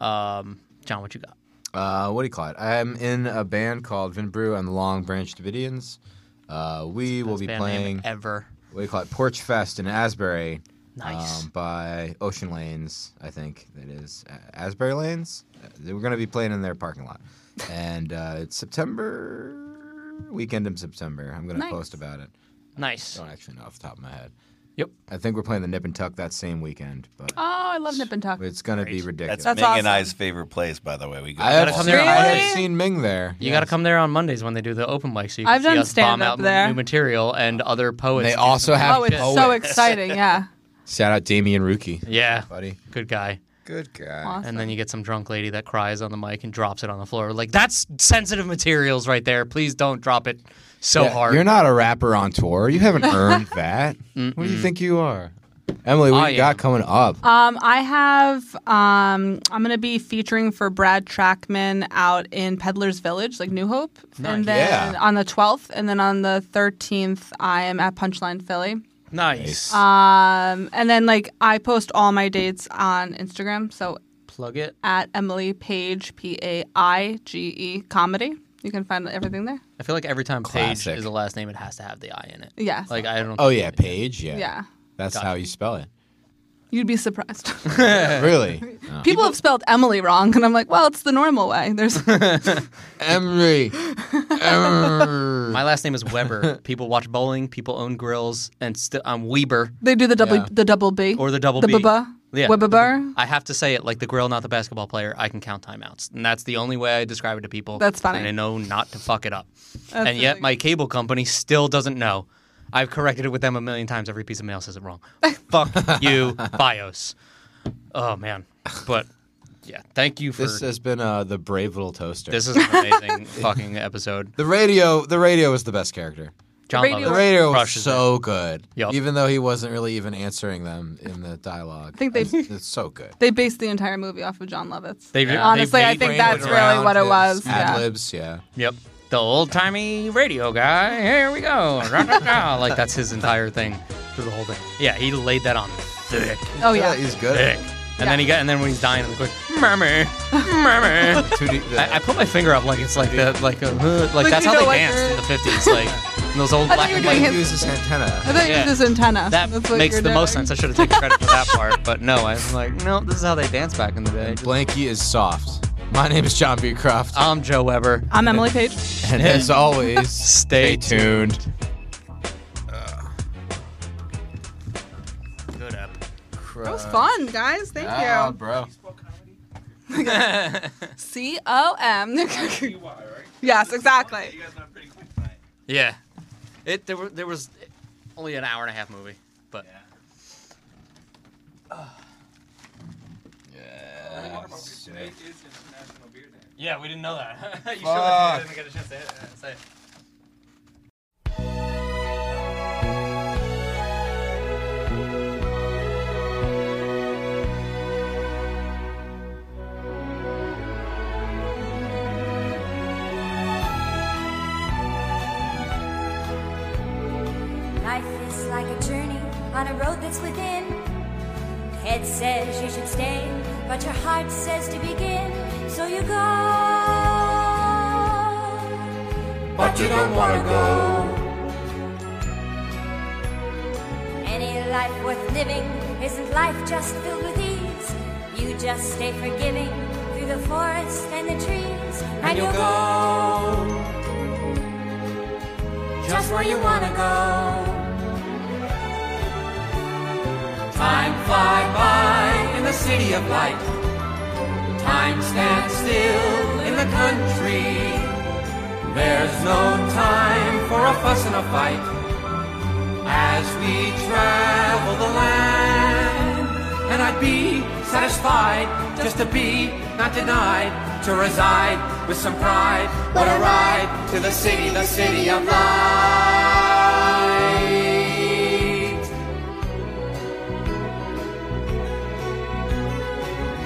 [SPEAKER 3] Um, John, what you got?
[SPEAKER 6] Uh, what do you call it? I'm in a band called Vin Brew and the Long Branch Davidians. Uh, we will be
[SPEAKER 3] Band name
[SPEAKER 6] playing
[SPEAKER 3] ever.
[SPEAKER 6] what do you call it? Porch Fest in Asbury.
[SPEAKER 3] Nice.
[SPEAKER 6] Um, by Ocean Lanes, I think that is uh, Asbury Lanes. Uh, We're going to be playing in their parking lot, and uh, it's September weekend in September. I'm going to
[SPEAKER 2] Nice.
[SPEAKER 6] post about it.
[SPEAKER 3] Nice.
[SPEAKER 6] Don't actually know off the top of my head.
[SPEAKER 3] Yep.
[SPEAKER 6] I think we're playing the Nip and Tuck that same weekend, but
[SPEAKER 2] Oh, I love Nip and Tuck.
[SPEAKER 6] it's going to be
[SPEAKER 8] That's,
[SPEAKER 6] ridiculous.
[SPEAKER 2] That's
[SPEAKER 8] Ming and
[SPEAKER 2] awesome.
[SPEAKER 8] I's favorite place, by the way. We go
[SPEAKER 6] I have,
[SPEAKER 3] gotta come
[SPEAKER 6] seen,
[SPEAKER 3] there.
[SPEAKER 6] I have
[SPEAKER 2] Really?
[SPEAKER 6] seen Ming there.
[SPEAKER 3] You got to come there on Mondays when they do the open mic, so you can
[SPEAKER 2] I've
[SPEAKER 3] see
[SPEAKER 2] done
[SPEAKER 3] us bomb
[SPEAKER 2] stand-up
[SPEAKER 3] out
[SPEAKER 2] there.
[SPEAKER 3] new material and other poets.
[SPEAKER 6] They
[SPEAKER 3] do
[SPEAKER 6] also
[SPEAKER 3] some-
[SPEAKER 6] have
[SPEAKER 2] Oh, it's so exciting. Yeah.
[SPEAKER 6] Shout out Damian Rookie,
[SPEAKER 3] yeah,
[SPEAKER 6] buddy.
[SPEAKER 3] good guy.
[SPEAKER 6] Good guy.
[SPEAKER 2] Awesome.
[SPEAKER 3] And then you get some drunk lady that cries on the mic and drops it on the floor. Like that's sensitive materials right there. Please don't drop it so
[SPEAKER 6] Yeah,
[SPEAKER 3] hard.
[SPEAKER 6] You're not a rapper on tour. You haven't earned that. What do you think you are? Emily, what
[SPEAKER 3] I
[SPEAKER 6] you got
[SPEAKER 3] am.
[SPEAKER 6] coming up?
[SPEAKER 2] Um, I have. Um, I'm gonna be featuring for Brad Trackman out in Peddler's Village, like New Hope, and then
[SPEAKER 6] Yeah.
[SPEAKER 2] on the 12th, and then on the 13th, I am at Punchline Philly.
[SPEAKER 3] nice.
[SPEAKER 2] Um, and then like I post all my dates on Instagram, so
[SPEAKER 3] Plug it.
[SPEAKER 2] at Emily Page P A I G E comedy. You can find everything there.
[SPEAKER 3] I feel like every time
[SPEAKER 6] Classic.
[SPEAKER 3] Page is a last name, it has to have the I in it.
[SPEAKER 2] Yes.
[SPEAKER 3] Like I don't.
[SPEAKER 6] oh yeah, Paige. Yeah,
[SPEAKER 2] yeah.
[SPEAKER 6] that's how you spell it.
[SPEAKER 2] You'd be surprised.
[SPEAKER 6] really, Oh.
[SPEAKER 2] People have spelled Emily wrong, and I'm like, well, it's the normal way. There's
[SPEAKER 6] Emery. Emery.
[SPEAKER 3] My last name is Weber. people watch bowling. People own grills, and st- I'm Weber
[SPEAKER 2] They do the double
[SPEAKER 6] Yeah.
[SPEAKER 2] the double B
[SPEAKER 3] or the double
[SPEAKER 2] the
[SPEAKER 3] B.
[SPEAKER 2] baba
[SPEAKER 3] Yeah.
[SPEAKER 2] Webabar.
[SPEAKER 3] I have to say it like the grill, not the basketball player. I can count timeouts, and that's the only way I describe it to people.
[SPEAKER 2] That's funny.
[SPEAKER 3] And I know not to fuck it up.
[SPEAKER 2] That's
[SPEAKER 3] and yet
[SPEAKER 2] really
[SPEAKER 3] my cable company still doesn't know. I've corrected it with them a million times. Every piece of mail says it wrong. fuck you, BIOS. Oh man, but yeah, thank you for
[SPEAKER 6] This has been uh, the brave little toaster.
[SPEAKER 3] this is an amazing fucking episode.
[SPEAKER 6] the radio. The radio was the best character.
[SPEAKER 3] John
[SPEAKER 2] radio-
[SPEAKER 3] Lovitz
[SPEAKER 6] The radio was
[SPEAKER 3] crushes it.
[SPEAKER 6] so good.
[SPEAKER 3] Yup.
[SPEAKER 6] Even though he wasn't really even answering them in the dialogue. I
[SPEAKER 2] think they-
[SPEAKER 6] it's, it's so good.
[SPEAKER 2] They based the entire movie off of John Lovitz.
[SPEAKER 3] They-
[SPEAKER 2] Honestly,
[SPEAKER 3] they
[SPEAKER 2] I think
[SPEAKER 3] made
[SPEAKER 2] that's
[SPEAKER 3] it
[SPEAKER 2] really
[SPEAKER 3] around.
[SPEAKER 2] what it was, yeah.
[SPEAKER 6] Ad libs. Yeah.
[SPEAKER 3] Yep. The old timey radio guy. Here we go. Rah, rah, rah. like that's his entire thing through the whole thing. Yeah, he laid that on thick,
[SPEAKER 2] Oh yeah,
[SPEAKER 6] he's good.
[SPEAKER 3] thick.
[SPEAKER 6] at it.
[SPEAKER 3] And then he got, and then when he's dying, he's like, "Murmur, murmur."
[SPEAKER 6] Two D- the-
[SPEAKER 3] I, I put my finger up like it's like the like a uh, like
[SPEAKER 2] Like,
[SPEAKER 3] that's
[SPEAKER 2] you
[SPEAKER 3] how
[SPEAKER 2] know,
[SPEAKER 3] they
[SPEAKER 2] like,
[SPEAKER 3] danced
[SPEAKER 2] uh,
[SPEAKER 3] in the fifties, like in those old
[SPEAKER 2] I thought
[SPEAKER 3] black
[SPEAKER 2] you were
[SPEAKER 3] and
[SPEAKER 6] Why
[SPEAKER 2] doing
[SPEAKER 3] white.
[SPEAKER 2] his-
[SPEAKER 6] he uses antenna.
[SPEAKER 2] I think
[SPEAKER 3] yeah.
[SPEAKER 2] it was his antenna.
[SPEAKER 3] That
[SPEAKER 2] That's what
[SPEAKER 3] makes
[SPEAKER 2] you're
[SPEAKER 3] the most
[SPEAKER 2] doing.
[SPEAKER 3] sense. I should have taken credit for that part, but no, I'm like, no, this is how they danced back in the day.
[SPEAKER 6] Blanky is soft. My name is John Beecroft,
[SPEAKER 3] I'm Joe Weber.
[SPEAKER 2] I'm Emily Page.
[SPEAKER 6] and as always,
[SPEAKER 3] Stay
[SPEAKER 6] tuned.
[SPEAKER 3] Good up.
[SPEAKER 2] That was fun, guys. Thank you.
[SPEAKER 6] Ah, bro.
[SPEAKER 2] C O M. Yes, exactly.
[SPEAKER 3] Yeah. It there were there was only an hour and a half movie, but yeah, we didn't know that. you should have didn't get a chance to hit, uh, say it.
[SPEAKER 9] Life is like a journey on a road that's within. Head says you should stay, but your heart says to begin. So you go. But you don't want to go. Any life worth living isn't life just filled with ease. You just stay forgiving through the forest and the trees. And, you go just where you wanna go. Time fly by in the city of light. Time stands still in the country. There's no time for a fuss and a fight. As we travel the land, and I'd be satisfied just to be, not denied, to reside with some pride. What a ride to the city, the city of light.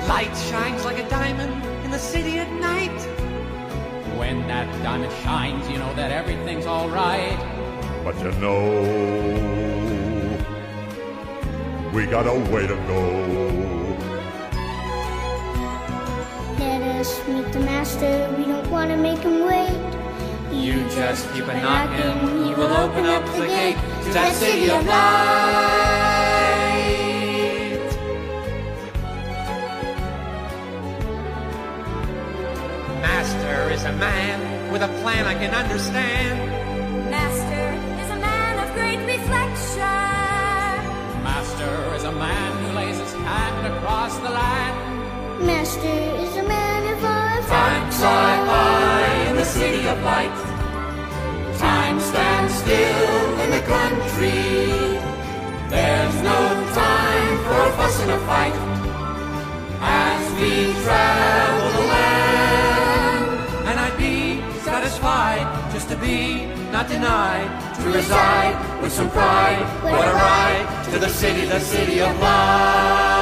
[SPEAKER 10] Light shines like a diamond in the city at night.
[SPEAKER 4] when that diamond shines, you know that everything's alright.
[SPEAKER 6] But you know, we got a way to go.
[SPEAKER 9] Let us meet the master. We don't want to make him wait.
[SPEAKER 4] You just keep a knocking, he will open up the gate to that city of light. Master is a man with a plan I can understand.
[SPEAKER 9] Master is a man of great reflection.
[SPEAKER 4] Master is a man who lays his hand across the land.
[SPEAKER 9] Master is a man of all
[SPEAKER 4] Time fly by in the city of light. Time stands still in the country. There's no time for a fuss and a fight. As we travel the land, and I'd be satisfied just to be, not denied, to reside with some pride. What a ride to the city, the city of light.